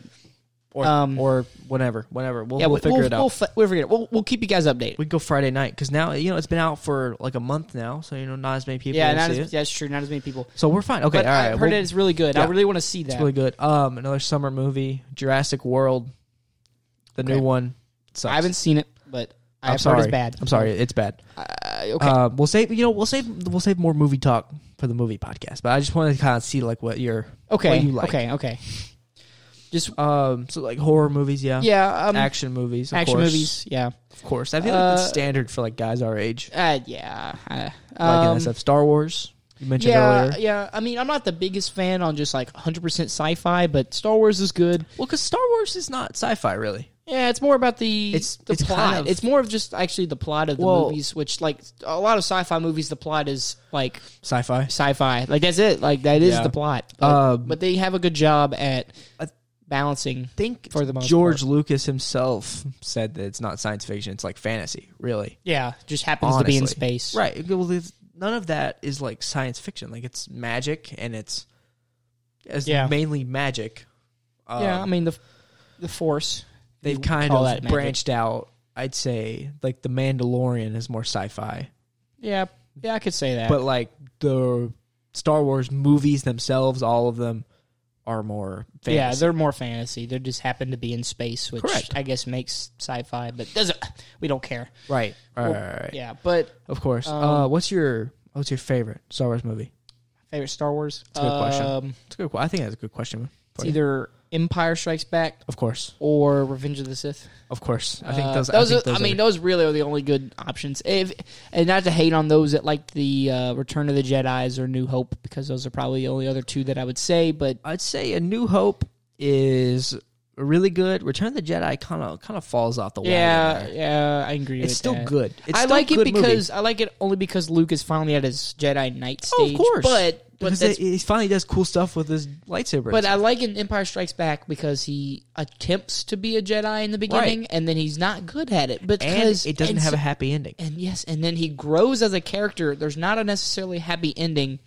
or um, or whenever, whenever. We'll, Yeah, we'll figure it out. We'll, fi- we'll figure it. out. We'll, we'll keep you guys updated. we can go Friday night because now you know it's been out for like a month now, so you know not as many people. yeah, will not see as, it. that's true. Not as many people. So we're fine. Okay, but all right. I heard we'll- it's really good. I yeah. really want to see that. It's really good. Um, another summer movie, Jurassic World, the Okay. new one. Sucks. I haven't seen it, but I'm I've sorry. heard it's bad. I'm sorry. It's bad. Uh, okay. Uh, we'll save. You know, we'll save. We'll save more movie talk for the movie podcast. But I just wanted to kind of see like what your Okay. what you like. Okay. Okay. Just um so like horror movies. Yeah. yeah, um, Action movies. Of action course. movies. Yeah. Of course. I feel like Uh, it's standard for like guys our age. Uh, yeah. Uh, Like um, in that stuff. Star Wars. You mentioned yeah. earlier. Yeah. I mean, I'm not the biggest fan on just like 100 percent sci-fi, but Star Wars is good. Well, because Star Wars is not sci-fi really. Yeah, it's more about the It's- the it's kind plot. of- it's more of just actually the plot of the Well- movies, which like a lot of sci-fi movies, the plot is like Sci-fi. sci-fi. Like that's it. Like that is Yeah. the plot. But, Uh, but they have a good job at I- balancing. think For the most George Lucas himself said that it's not science fiction; it's like fantasy, really. Yeah, just happens to be in Honestly. space. Right. Well, it's- none of that is like science fiction. Like it's magic, and it's it's Yeah. mainly magic. Um, yeah, I mean the the force. they've you kind call of that magic. branched out. I'd say like the Mandalorian is more sci-fi, Yeah, yeah, I could say that. but like the Star Wars movies themselves, all of them are more fantasy. yeah, they're more fantasy. They just happen to be in space, which Correct. I guess makes sci-fi, but doesn't. We don't care. right. Right, Well, right, right, right. Yeah, but Of course. Um, uh, what's your what's your favorite Star Wars movie? favorite Star Wars. That's a good question. Um, It's a good. que- I think that's a good question. for it's you. either Empire Strikes Back of course, or Revenge of the Sith. of course. I think Uh, those. those I, are, think those I mean, are- those really are the only good options. If and not to hate on those that like the uh, Return of the Jedi's or New Hope, because those are probably the only other two that I would say. But I'd say A New Hope is really good. Return of the Jedi kind of kind of falls off the wagon. yeah, there. yeah, I agree. it's with still that. good. It's I still a like it good movie. because I like it only because Luke is finally at his Jedi Knight Oh, stage. of course, but but Because that's, it- he finally does cool stuff with his lightsaber. but I like in Empire Strikes Back because he attempts to be a Jedi in the beginning and then he's not good at it and because it doesn't and have so- a happy ending, and yes and then he grows as a character. There's not a necessarily happy ending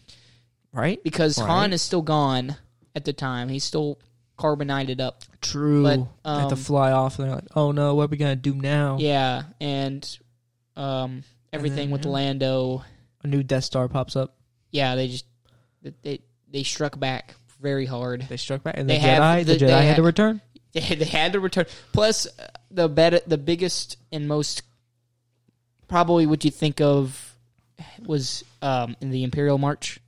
right? because Right. Han is still gone at the time. He's still carbonited up. True. but, they have to um, fly off, and they're like, "Oh no, what are we gonna do now?" Yeah, and um, everything then, with yeah. Lando. A new Death Star pops up. Yeah, they just they they struck back very hard. They struck back, and the They have Jedi, the, the- Jedi they had to ha- return. They they had to return. Plus, uh, the bet, the biggest and most probably what you think of was um, in the Imperial March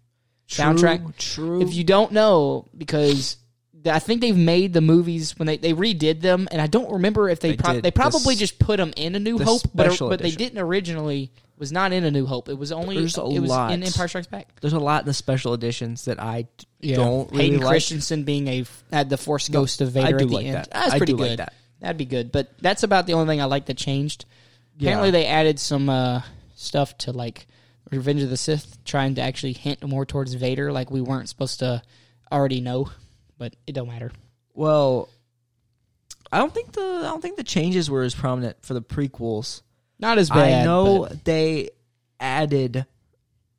soundtrack. True. If you don't know, because th- I think they've made the movies when they, they redid them, and I don't remember if they They they, did they probably this- just put them in A New the Hope, but, special but they edition. didn't originally. Was not in A New Hope. It was only There's a it was lot. in Empire Strikes Back. There's a lot in the special editions that I d- don't really Hayden like. Christensen being a had the Force Ghost of Vader I do at the like end. that. That's I pretty do like good. that. That'd be good. But that's about the only thing I like that changed. Apparently, Yeah. they added some uh, stuff to like Revenge of the Sith, trying to actually hint more towards Vader, like we weren't supposed to already know. But it don't matter. Well, I don't think the I don't think the changes were as prominent for the prequels. Not as bad. I know but they added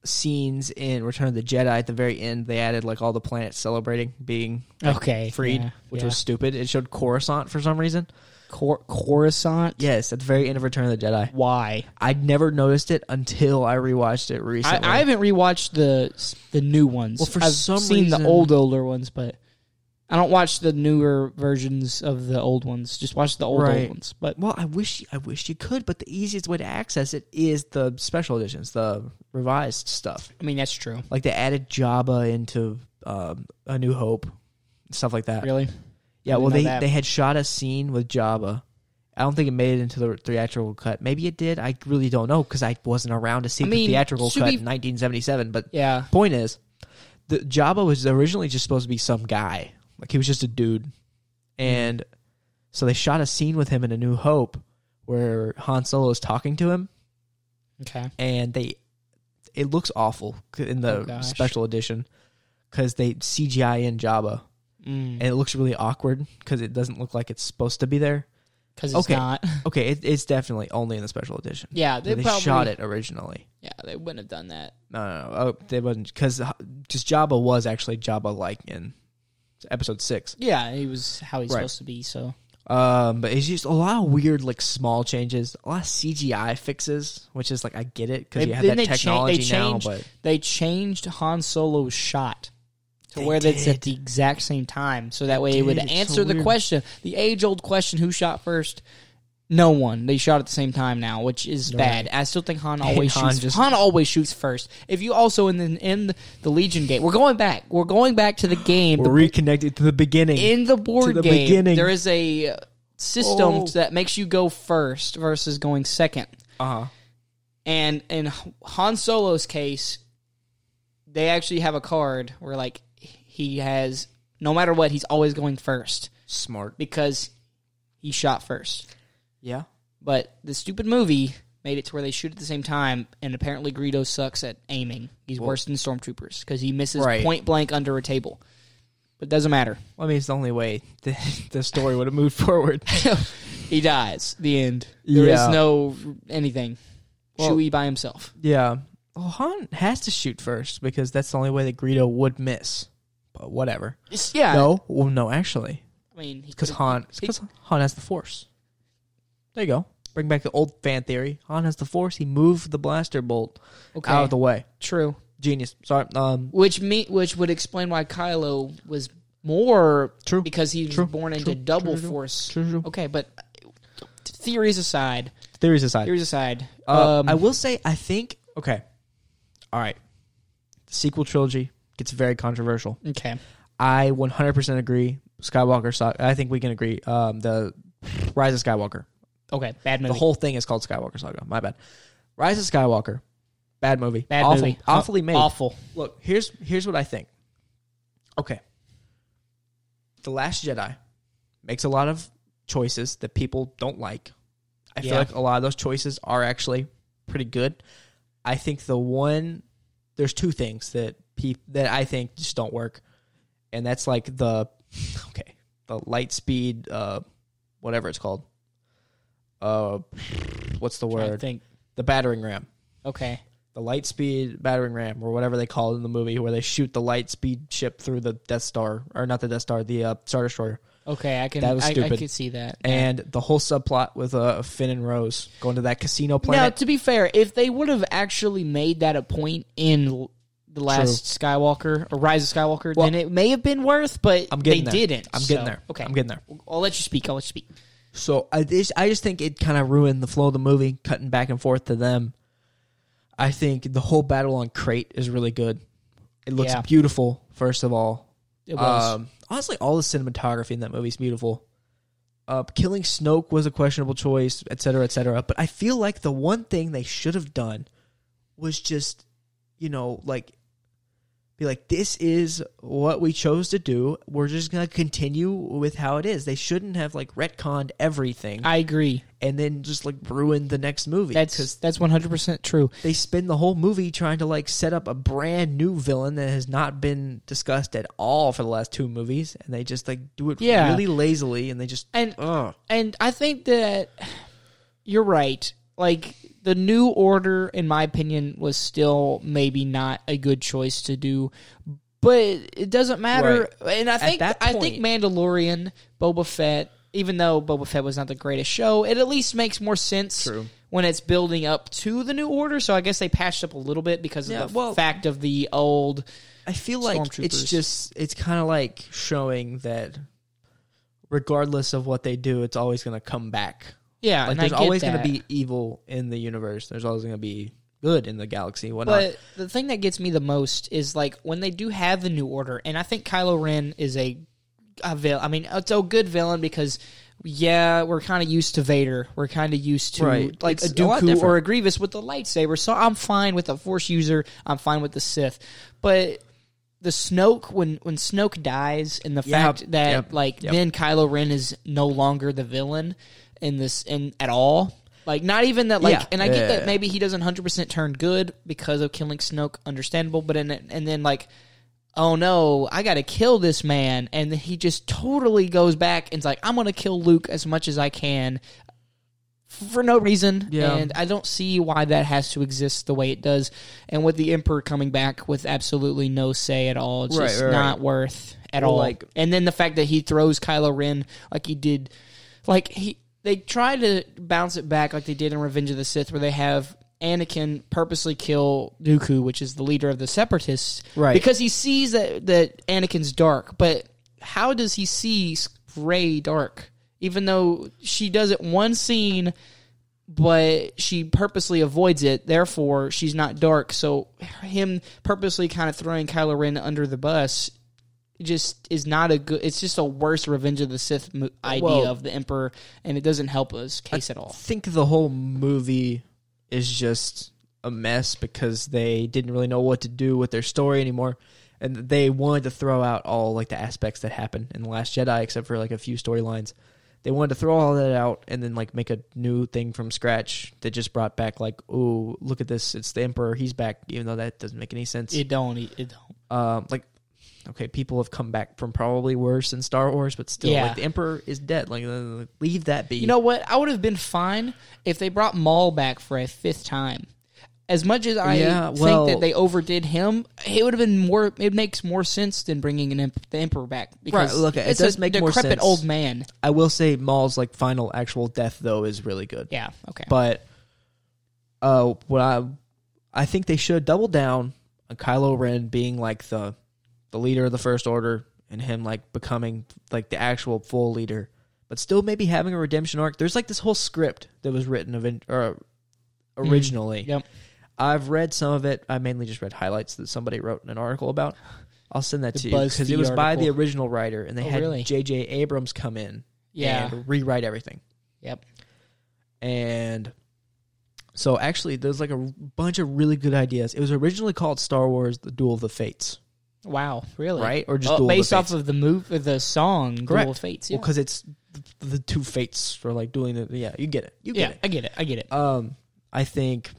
scenes in Return of the Jedi at the very end. They added like all the planets celebrating being okay, freed, yeah, which yeah. was stupid. It showed Coruscant for some reason. Cor- Coruscant. Yes, at the very end of Return of the Jedi. Why? I'd never noticed it until I rewatched it recently. I, I haven't rewatched the the new ones. Well, for I've some seen reason- the old older ones, but I don't watch the newer versions of the old ones. Just watch the old Right. old ones. But well, I wish I wish you could, but the easiest way to access it is the special editions, the revised stuff. I mean, that's true. Like they added Jabba into um, A New Hope, stuff like that. Really? Yeah, I didn't well, know they, that. they had shot a scene with Jabba. I don't think it made it into the theatrical cut. Maybe it did. I really don't know because I wasn't around to see I the mean, theatrical should cut we- in 1977. But Yeah. point is, the Jabba was originally just supposed to be some guy. Like he was just a Mm-hmm. dude, and so they shot a scene with him in A New Hope where Han Solo is talking to him, Okay. and they it looks awful c- in Oh, the gosh. special edition because they CGI in Jabba Because and it looks really awkward because it doesn't look like it's supposed to be there. it's Okay. not. Okay, it, it's definitely only in the special edition. Yeah, they, they probably shot it originally. Yeah, they wouldn't have done that. No, no, no. Oh, they wasn't because just Jabba was actually Jabba like in episode six. Yeah, he was how he's Right. supposed to be. So Um, but it's just a lot of weird, like small changes, a lot of CGI fixes, which is like I get it because They- you have then that they cha- they technology now. changed- But they changed Han Solo's shot to They where that's did. at the exact same time, so that way it would did. It's answer so the weird. question, the age old question: Who shot first? No one. They shot at the same time now, which is bad. I still think Han always Han shoots. just- Han always shoots first. If you also in the in the Legion game, we're going back. We're going back to the game. we're The- reconnected to the beginning. in the board the game, beginning. there is a system Oh. that makes you go first versus going second. uh huh. And in Han Solo's case, they actually have a card where like he has no matter what, he's always going first Smart. because he shot first. Yeah. But the stupid movie made it to where they shoot at the same time, and apparently Greedo sucks at aiming. He's worse than stormtroopers because he misses Right. point blank under a table. But doesn't matter. Well, I mean, it's the only way the, the story would have moved forward. he dies. The end. There is Yeah. no anything. Well- Chewie by himself. Yeah. Well, Han has to shoot first because that's the only way that Greedo would miss. But whatever. It's- yeah. No, well, no, actually, I mean, Uh, he because could've- Han, he- because Han has the Force. There you go. Bring back the old fan theory. Han has the Force. He moved the blaster bolt Okay. out of the way. True. Genius. Sorry. Um. Which me, which would explain why Kylo was more True. because he was True. born into True. double True. force. True, true. Okay, but uh, theories aside, Theories aside. theories aside, Uh, um, I will say, I think. Okay. All right. The sequel trilogy gets very controversial. okay, I 100% agree. Skywalker. so- I think we can agree. Um. The Rise of Skywalker. okay, bad movie. The whole thing is called Skywalker Saga. My bad. Rise of Skywalker. Bad movie. bad Awful, movie, Awfully Aw- made. awful. Look, here's here's what I think. Okay. The Last Jedi makes a lot of choices that people don't like. I feel Yeah. like a lot of those choices are actually pretty good. I think the one there's two things that people that I think just don't work, and that's like the okay the light speed uh whatever it's called uh what's the I word think the battering ram okay, the light speed battering ram or whatever they call it in the movie where they shoot the light speed ship through the death star or not the death star the uh, star destroyer okay, I can. That was I, I stupid. can see that. and the whole subplot with uh, finn and rose going to that casino Now, planet to be fair, if they would have actually made that a point in the last Skywalker or Rise of Skywalker, then it may have been worth, but I'm getting they there. didn't. I'm getting so- there. Okay, I'm getting there. I'll let you speak. I'll let you speak. So I just, I just think it kind of ruined the flow of the movie, cutting back and forth to them. I think the whole battle on Crate is really good. It looks Yeah. beautiful, first of all. It was. Um, honestly, all the cinematography in that movie is beautiful. Uh, killing Snoke was a questionable choice, et cetera, et cetera. But I feel like the one thing they should have done was just, you know, like, be like, this is what we chose to do. We're just going to continue with how it is. They shouldn't have, like, retconned everything I agree. and then just, like, ruined the next movie. That's that's one hundred percent true. they spend the whole movie trying to like set up a brand new villain that has not been discussed at all for the last two movies and they just like do it Yeah. really lazily and they just And ugh. and I think that you're right. Like the new order, in my opinion, was still maybe not a good choice to do, but it doesn't matter. And I think that I think point- Mandalorian, Boba Fett, even though Boba Fett was not the greatest show, it at least makes more sense True. when it's building up to the new order. So I guess they patched up a little bit because of Yeah, the well- fact of the old. I feel like it's Stormtroopers. just it's kind of like showing that regardless of what they do it's always going to come back. Yeah, Like and I there's get always going to that. be evil in the universe. There's always going to be good in the galaxy. Whatnot. But the thing that gets me the most is like when they do have the new order, and I think Kylo Ren is a, a villain. I mean, it's a good villain because yeah, we're kind of used to Vader. We're kind of used to Right. like It's a a lot Dooku or different. a Grievous with the lightsaber. So I'm fine with a Force user. I'm fine with the Sith, but. The Snoke when when Snoke dies and the Yeah. fact that Yep. like Yep. then Kylo Ren is no longer the villain in this in at all like not even that like Yeah. and I get that Yeah. maybe he doesn't 100% turn good because of killing Snoke, understandable, but in, and then like oh no, I got to kill this man and then he just totally goes back and's like I'm going to kill Luke as much as I can for no reason Yeah. and I don't see why that has to exist the way it does and with the emperor coming back with absolutely no say at all, it's Right, just right, right. not worth at Well, all. like- and then the fact that he throws Kylo Ren like he did, like he they try to bounce it back like they did in Revenge of the Sith, where they have Anakin purposely kill Dooku, which is the leader of the Separatists, Right. Because he sees that that Anakin's dark, but how does he see Ray dark? Even though she does it one scene but she purposely avoids it. Therefore, she's not dark. So him purposely kind of throwing Kylo Ren under the bus just is not a good. It's just a worse Revenge of the Sith mo- idea Well- of the Emperor, and it doesn't help us case at all. think the whole movie is just a mess because they didn't really know what to do with their story anymore and they wanted to throw out all like the aspects that happened in the last jedi except for like a few storylines they wanted to throw all that out and then like make a new thing from scratch that just brought back like oh look at this it's the emperor he's back even though that doesn't make any sense It don't. It don't. um, like okay, people have come back from probably worse in Star Wars, but still, Yeah. like the Emperor is dead. Like uh, leave that be. You know what? I would have been fine if they brought Maul back for a fifth time. As much as I Yeah, well- think that they overdid him, it would have been more. It makes more sense than bringing an imp, the emperor back because look, it it's does a make more decrepit sense. old man. I will say Maul's like final actual death though is really good. Yeah. Okay. But uh what I I think they should double down on Kylo Ren being like the the leader of the first order and him like becoming like the actual full leader, but still maybe having a redemption arc. There's like this whole script that was written of in, or originally. Mm-hmm. yep. I've read some of it. I mainly just read highlights that somebody wrote in an article about. I'll send that The to you because it BuzzFeed was by the article. original writer, and they Oh, had really? J.J. Abrams come in Yeah. and rewrite everything. Yep. And so actually, there's like a bunch of really good ideas. It was originally called Star Wars: The Duel of the Fates. Wow. Really? Right? Or just Uh, Duel of the based off Fates. of the move of the song Duel Correct. of Fates. Yeah. Well, 'cause because it's the two fates for like dueling. The, yeah, you get it. You yeah. get I get it. I get it. it. Um, I think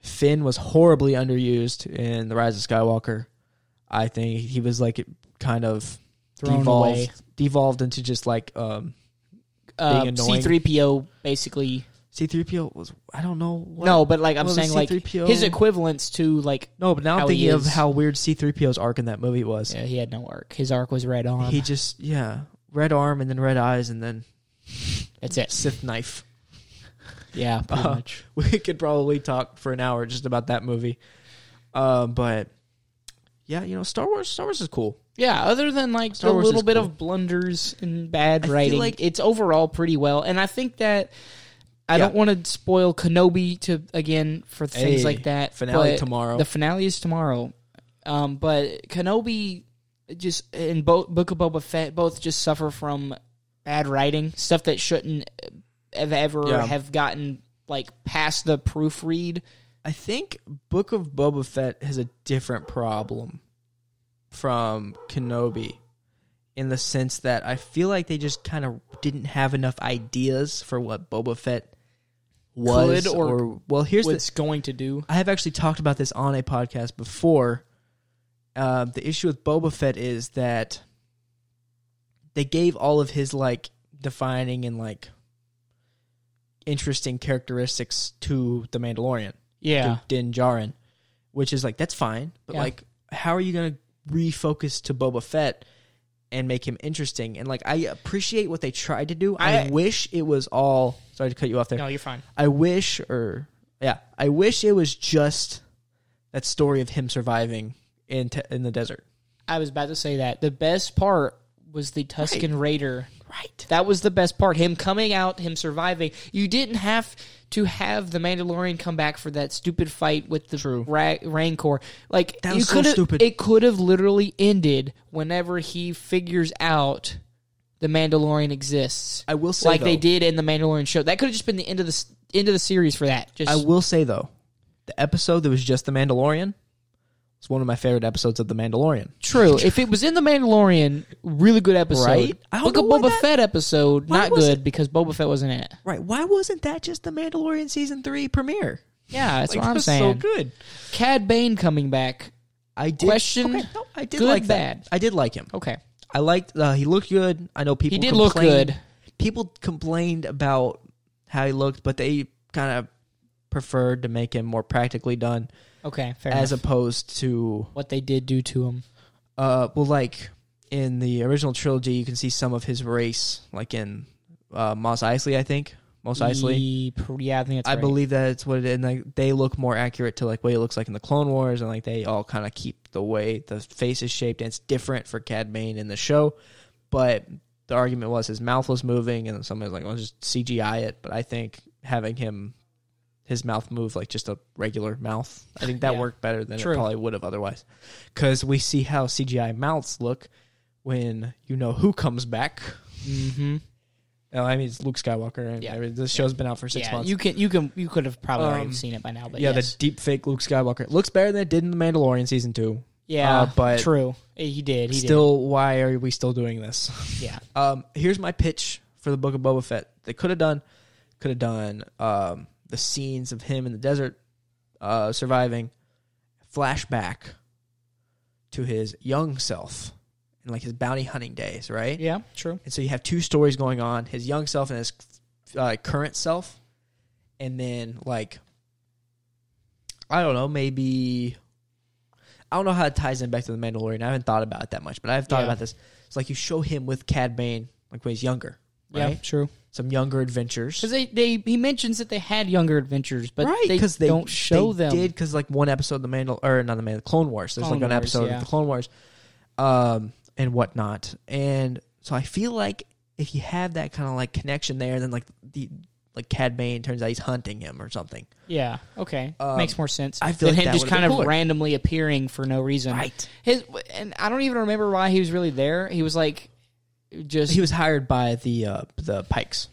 Finn was horribly underused in The Rise of Skywalker. I think he was like kind of Thrown devolved, away. devolved into just like um, Uh, being annoying. C3PO basically. C-3PO was. I don't know. What, no, but like I'm what was saying, like C-3PO? his equivalence to like no, but now how I'm he thinking of is. how weird C-3PO's arc in that movie was. yeah, he had no arc. His arc was red arm. He just yeah, red arm and then red eyes and then That's it. Sith knife. Yeah, pretty Uh, much. We could probably talk for an hour just about that movie. Um, Uh, but yeah, you know, Star Wars. Star Wars is cool. Yeah, other than like Star a Wars little is bit cool. of blunders and I bad feel writing, like- it's overall pretty well. And I think that I Yeah. don't want to spoil Kenobi to again for things Hey, like that. finale but tomorrow. The finale is tomorrow. Um, but Kenobi just in both Book of Boba Fett both just suffer from bad writing, stuff that shouldn't have ever Yeah. have gotten like past the proofread. I think Book of Boba Fett has a different problem from Kenobi in the sense that I feel like they just kind of didn't have enough ideas for what Boba Fett was Could or well here's the What's going to do? I have actually talked about this on a podcast before. Uh, the issue with Boba Fett is that they gave all of his like defining and like interesting characteristics to the Mandalorian, Yeah, to Din Djarin, which is like that's fine, but Yeah. like how are you gonna refocus to Boba Fett and make him interesting? And like I appreciate what they tried to do. I, I- wish it was all. Sorry to cut you off there. no, you're fine. I wish, or yeah, I wish it was just that story of him surviving in te- in the desert. I was about to say that. The best part was the Tuscan Raider. Right. That was the best part. Him coming out, him surviving. You didn't have to have the Mandalorian come back for that stupid fight with the True. Ra- Rancor. Like That you was so could've- stupid. It could have literally ended whenever he figures out the Mandalorian exists. I will say like they though- did in the Mandalorian show. That could have just been the end of the s- end of the series for that. Just I will say though, the episode that was just the Mandalorian was one of my favorite episodes of the Mandalorian. True. If it was in the Mandalorian, really good episode. Right? I don't Book of know why Boba that- Fett episode, Why not was good because Boba Fett wasn't in it. Right. Why wasn't that just the Mandalorian season three premiere? Yeah, that's Like, what that I'm was So saying. good. Cad Bane coming back. I did Question, Okay, no, I did good, like bad? That. I did like him. Okay. I liked. Uh, he looked good. I know people. He did look complained- good. People complained about how he looked, but they kind of preferred to make him more practically done, Okay. Fair as enough. opposed to what they did do to him. uh, well, like in the original trilogy, you can see some of his race, like in uh, Mos Eisley, I think. Mos Eisley. He pr- yeah, I think that's I right. believe that it's what it and like they look more accurate to like what it looks like in the Clone Wars and like they all kind of keep the way the face is shaped and it's different for Cad Bane in the show, but the argument was his mouth was moving and somebody's like, well, just CGI it. But I think having him his mouth move like just a regular mouth, I think that Yeah. worked better than True. it probably would have otherwise, because we see how CGI mouths look when you know who comes back. Mm-hmm. Oh, I mean, it's Luke Skywalker. Yeah, Yeah. I mean, this show's been out for six yeah, months. you can you can you could have probably already Um, seen it by now. But yeah, yes. the deep fake Luke Skywalker looks better than it did in the Mandalorian season two. yeah, uh, but- true. Eh, He did. He still, why are we still doing this? Did. Yeah. um, here's my pitch for the Book of Boba Fett. They could have done, could have done um, the scenes of him in the desert uh, surviving, flashback to his young self and like his bounty hunting days, right? Yeah. True. And so you have two stories going on: his young self and his uh, current self, and then like I don't know, maybe I don't know how it ties in back to the Mandalorian. I haven't thought about it that much, but I've thought Yeah. about this. It's like you show him with Cad Bane, like when he's younger, right? Yeah. True. Some younger adventures, Because they, they he mentions that they had younger adventures, but right? they, Because they, don't show they them. Did because like one episode of the Mandal or not the Mandal Clone Wars. There's Clone like an Wars, episode yeah. of the Clone Wars, um, and whatnot. And so I feel like if you have that kind of like connection there, then like the like Cad Bane turns out he's hunting him or something, Yeah. Okay. Um, Makes more sense. I feel than like him that just would've kind been of cooler. randomly appearing for no reason. His and I don't even remember why he was really there. He was like, just He was hired by the uh, the Pikes,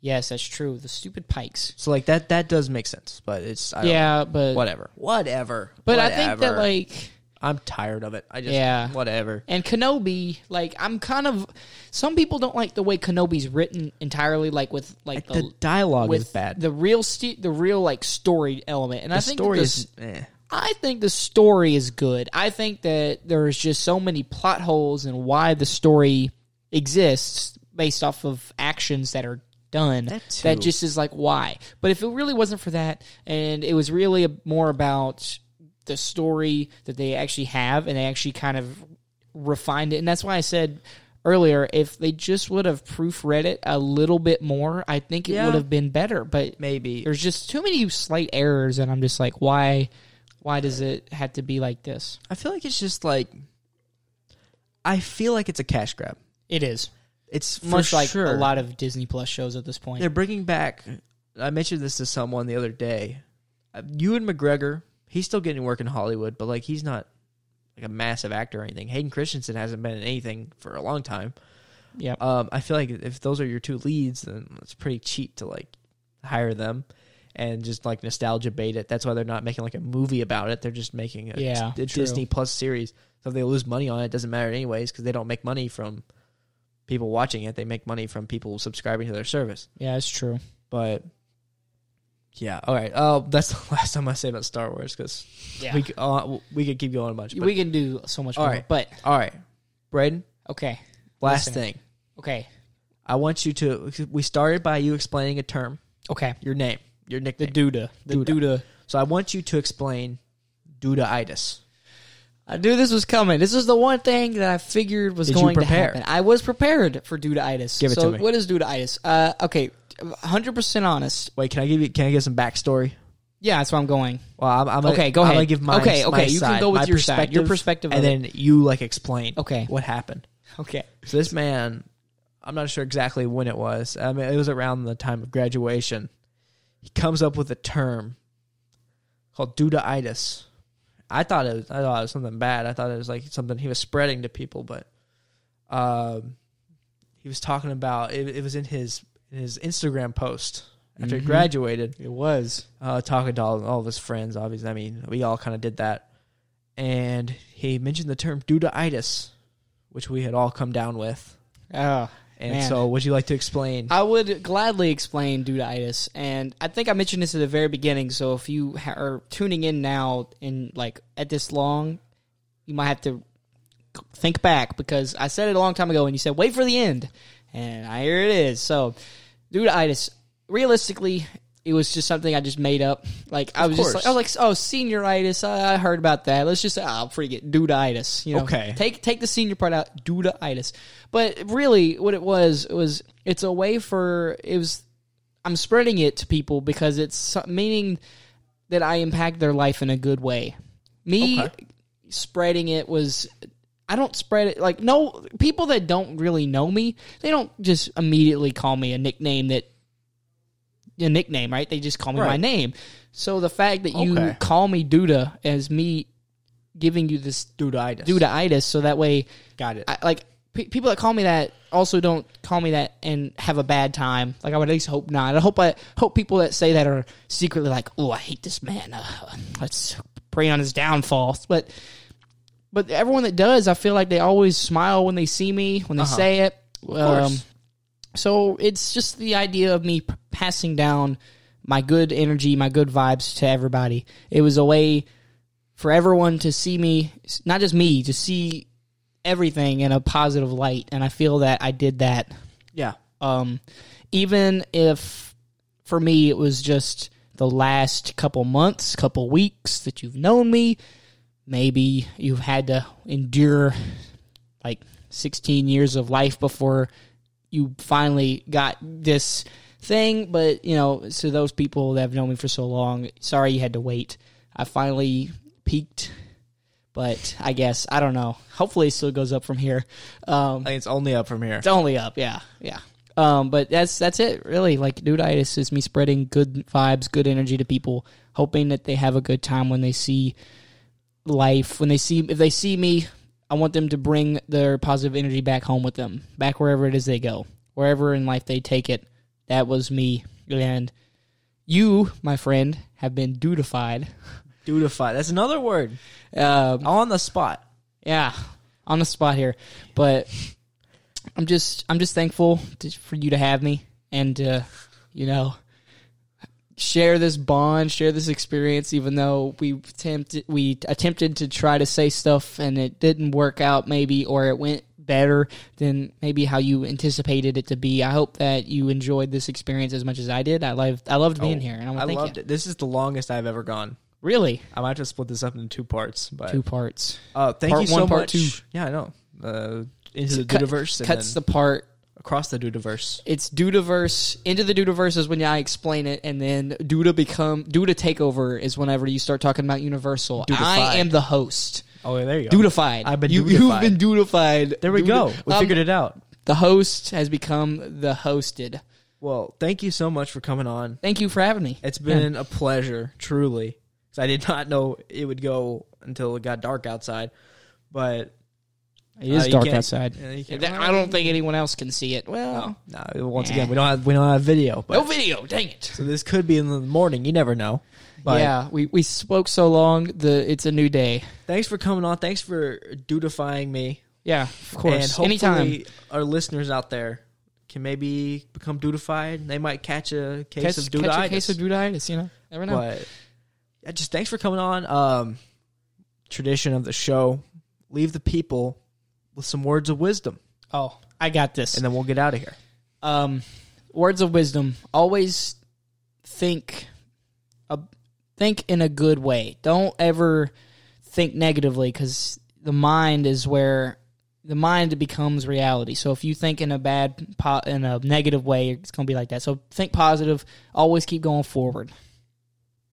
yes, that's true. The stupid pikes. so like that that does make sense. But it's I yeah, Yeah, but whatever, whatever. but I think that whatever. like I'm tired of it. I just Yeah. whatever. and Kenobi, like I'm kind of some people don't like the way Kenobi's written entirely, like with like The the. dialogue with is bad. the real st- the real like story element, and I the think story this, is eh. I think the story is good. I think that there's just so many plot holes and why the story exists based off of actions that are done. That too. just is like why. But if it really wasn't for that and it was really a- more about the story that they actually have and they actually kind of refined it and that's why I said earlier if they just would have proofread it a little bit more, I think it Yeah. would have been better. But maybe there's just too many slight errors and I'm just like why Why does it have to be like this? I feel like it's just like I feel like it's a cash grab. It is It's for much like sure. a lot of Disney Plus shows at this point. They're bringing back. I mentioned this to someone the other day. Uh, Ewan McGregor, he's still getting work in Hollywood, but like he's not like a massive actor or anything. Hayden Christensen hasn't been in anything for a long time. yeah, Um, I feel like if those are your two leads, then it's pretty cheap to like hire them and just like nostalgia bait it. That's why they're not making like a movie about it. They're just making a, Yeah, a true. Disney Plus series. So if they lose money on it, it doesn't matter anyways because they don't make money from people watching it. They make money from people subscribing to their service. yeah, it's true. But yeah, all right. Uh, that's the last time I say about Star Wars because Yeah, we we, c- uh, we could keep going a bunch. But, can do so much All more. right. But all right, Braden. okay, Last Listening. thing, okay, I want you to. We started by you explaining a term. okay. your name, your The nickname. Duda, the Duda. Duda. so I want you to explain Dudaitis. I knew this was coming. This is the one thing that I figured was Did you going to prepare? happen. I was prepared for Dudaitis. Give it so to me. What is Dudaitis? Uh, okay, hundred percent honest. Wait, can I give you? Can I give some backstory? Yeah, that's where I'm going. Well, I'm, I'm gonna- Okay, go I'm ahead. gonna give my Okay, my okay, you can side, go with my your side, your perspective of and then you like explain. Okay. what happened? Okay. So this man, I'm not sure exactly when it was. I mean, it was around the time of graduation. He comes up with a term called Dudaitis. I thought it was, I thought it was something bad. I thought it was like something he was spreading to people, but um, he was talking about it, it was in his in his Instagram post after he Mhm. graduated Mm-hmm. It was. uh, talking to all, all of his friends. Obviously, I mean, we all kind of did that. And he mentioned the term dudaitis, which we had all come down with. Oh, And Man. so, would you like to explain? I would gladly explain dudaitis, and I think I mentioned this at the very beginning. So if you ha- are tuning in now and like at this long, you might have to think back because I said it a long time ago, and you said wait for the end, and I, here it is. So dudaitis, realistically. It was just something I just made up. Like I was just course. like, I was like, oh, senioritis. I I heard about that. Let's just, ah, I'll forget dudaitis. You know, Okay. Take take the senior part out, dudaitis. But really, what it was it was it's a way for it was. I'm spreading it to people because it's so- meaning that I impact their life in a good way. Me spreading it was. I don't spread it like no people that don't really know me. They don't just immediately call me a nickname that a nickname, right? They just call me my Right. name. So the fact that you Okay. call me Duda as me giving you this dudaitis. dudaitis, so that way, Got it. I, like pe people that call me that also don't call me that and have a bad time. Like I would at least hope not. I hope I hope people that say that are secretly like, oh, I hate this man. Uh, let's prey on his downfall. But but everyone that does, I feel like they always smile when they see me when they say it. Um, course. so it's just the idea of me p- passing down my good energy, my good vibes to everybody. It was a way for everyone to see me, not just me, to see everything in a positive light. And I feel that I did that. yeah. Um, even if for me it was just the last couple months, couple weeks that you've known me, maybe you've had to endure like 16 years of life before you finally got this thing. But, you know, so those people that have known me for so long, sorry you had to wait. I finally peaked. But I guess I don't know. Hopefully, it still goes up from here. Um, I think it's only up from here. it's only up, yeah, yeah. Um, but that's that's it, really. Like dudeitis is me spreading good vibes, good energy to people, hoping that they have a good time when they see life. When they see if they see me, I want them to bring their positive energy back home with them, back wherever it is they go, wherever in life they take it. That was me, and you, my friend, have been dudified. Dudify. That's another word. Um, On the spot. yeah, on the spot here, but I'm just I'm just thankful to, for you to have me and uh, you know share this bond, share this experience. Even though we attempted we attempted to try to say stuff and it didn't work out, maybe or it went better than maybe how you anticipated it to be. I hope that you enjoyed this experience as much as I did. I loved I loved being here, and Oh, I I, want to thank loved you. it. This is the longest I've ever gone. Really, I might have to split this up into two parts. But two parts. uh, thank Part you so one, part much. two. Yeah, I know. Uh, into the Cut- Dudiverse. and cuts then- the part across the Dudaverse. It's Dudaverse. Into the Dudaverse is when I explain it, and then Duda become Duda takeover is whenever you start talking about Universal. I Dudafy. am the host. Oh, there you go. Dudified. I've been you, Dudified. You've been dudified. There we Duda- go. We Um, figured it out. The host has become the hosted. Well, thank you so much for coming on. Thank you for having me. It's been a pleasure, truly. 'Cause I did not know it would go until it got dark outside, but It is uh, you dark can't- outside. yeah, you can't- I don't think anyone else can see it. Well, No, once again, we don't have we don't have video, but no video. Dang it. so this could be in the morning. You never know. But yeah, we, we spoke so long. The it's a new day. thanks for coming on. Thanks for dudifying me. Yeah, of And course. hopefully Anytime. our listeners out there can maybe become dudified. They might catch a case Catch- of catch a case of duditis. duditis. You know, never know. But yeah, just thanks for coming on. Um, tradition of the show: leave the people with some words of wisdom, Oh, I got this. and then we'll get out of here. um, words of wisdom: always think, a, think in a good way. Don't ever think negatively, because the mind is where the mind becomes reality. So if you think in a bad, po- in a negative way, it's going to be like that. So think positive. Always keep going forward.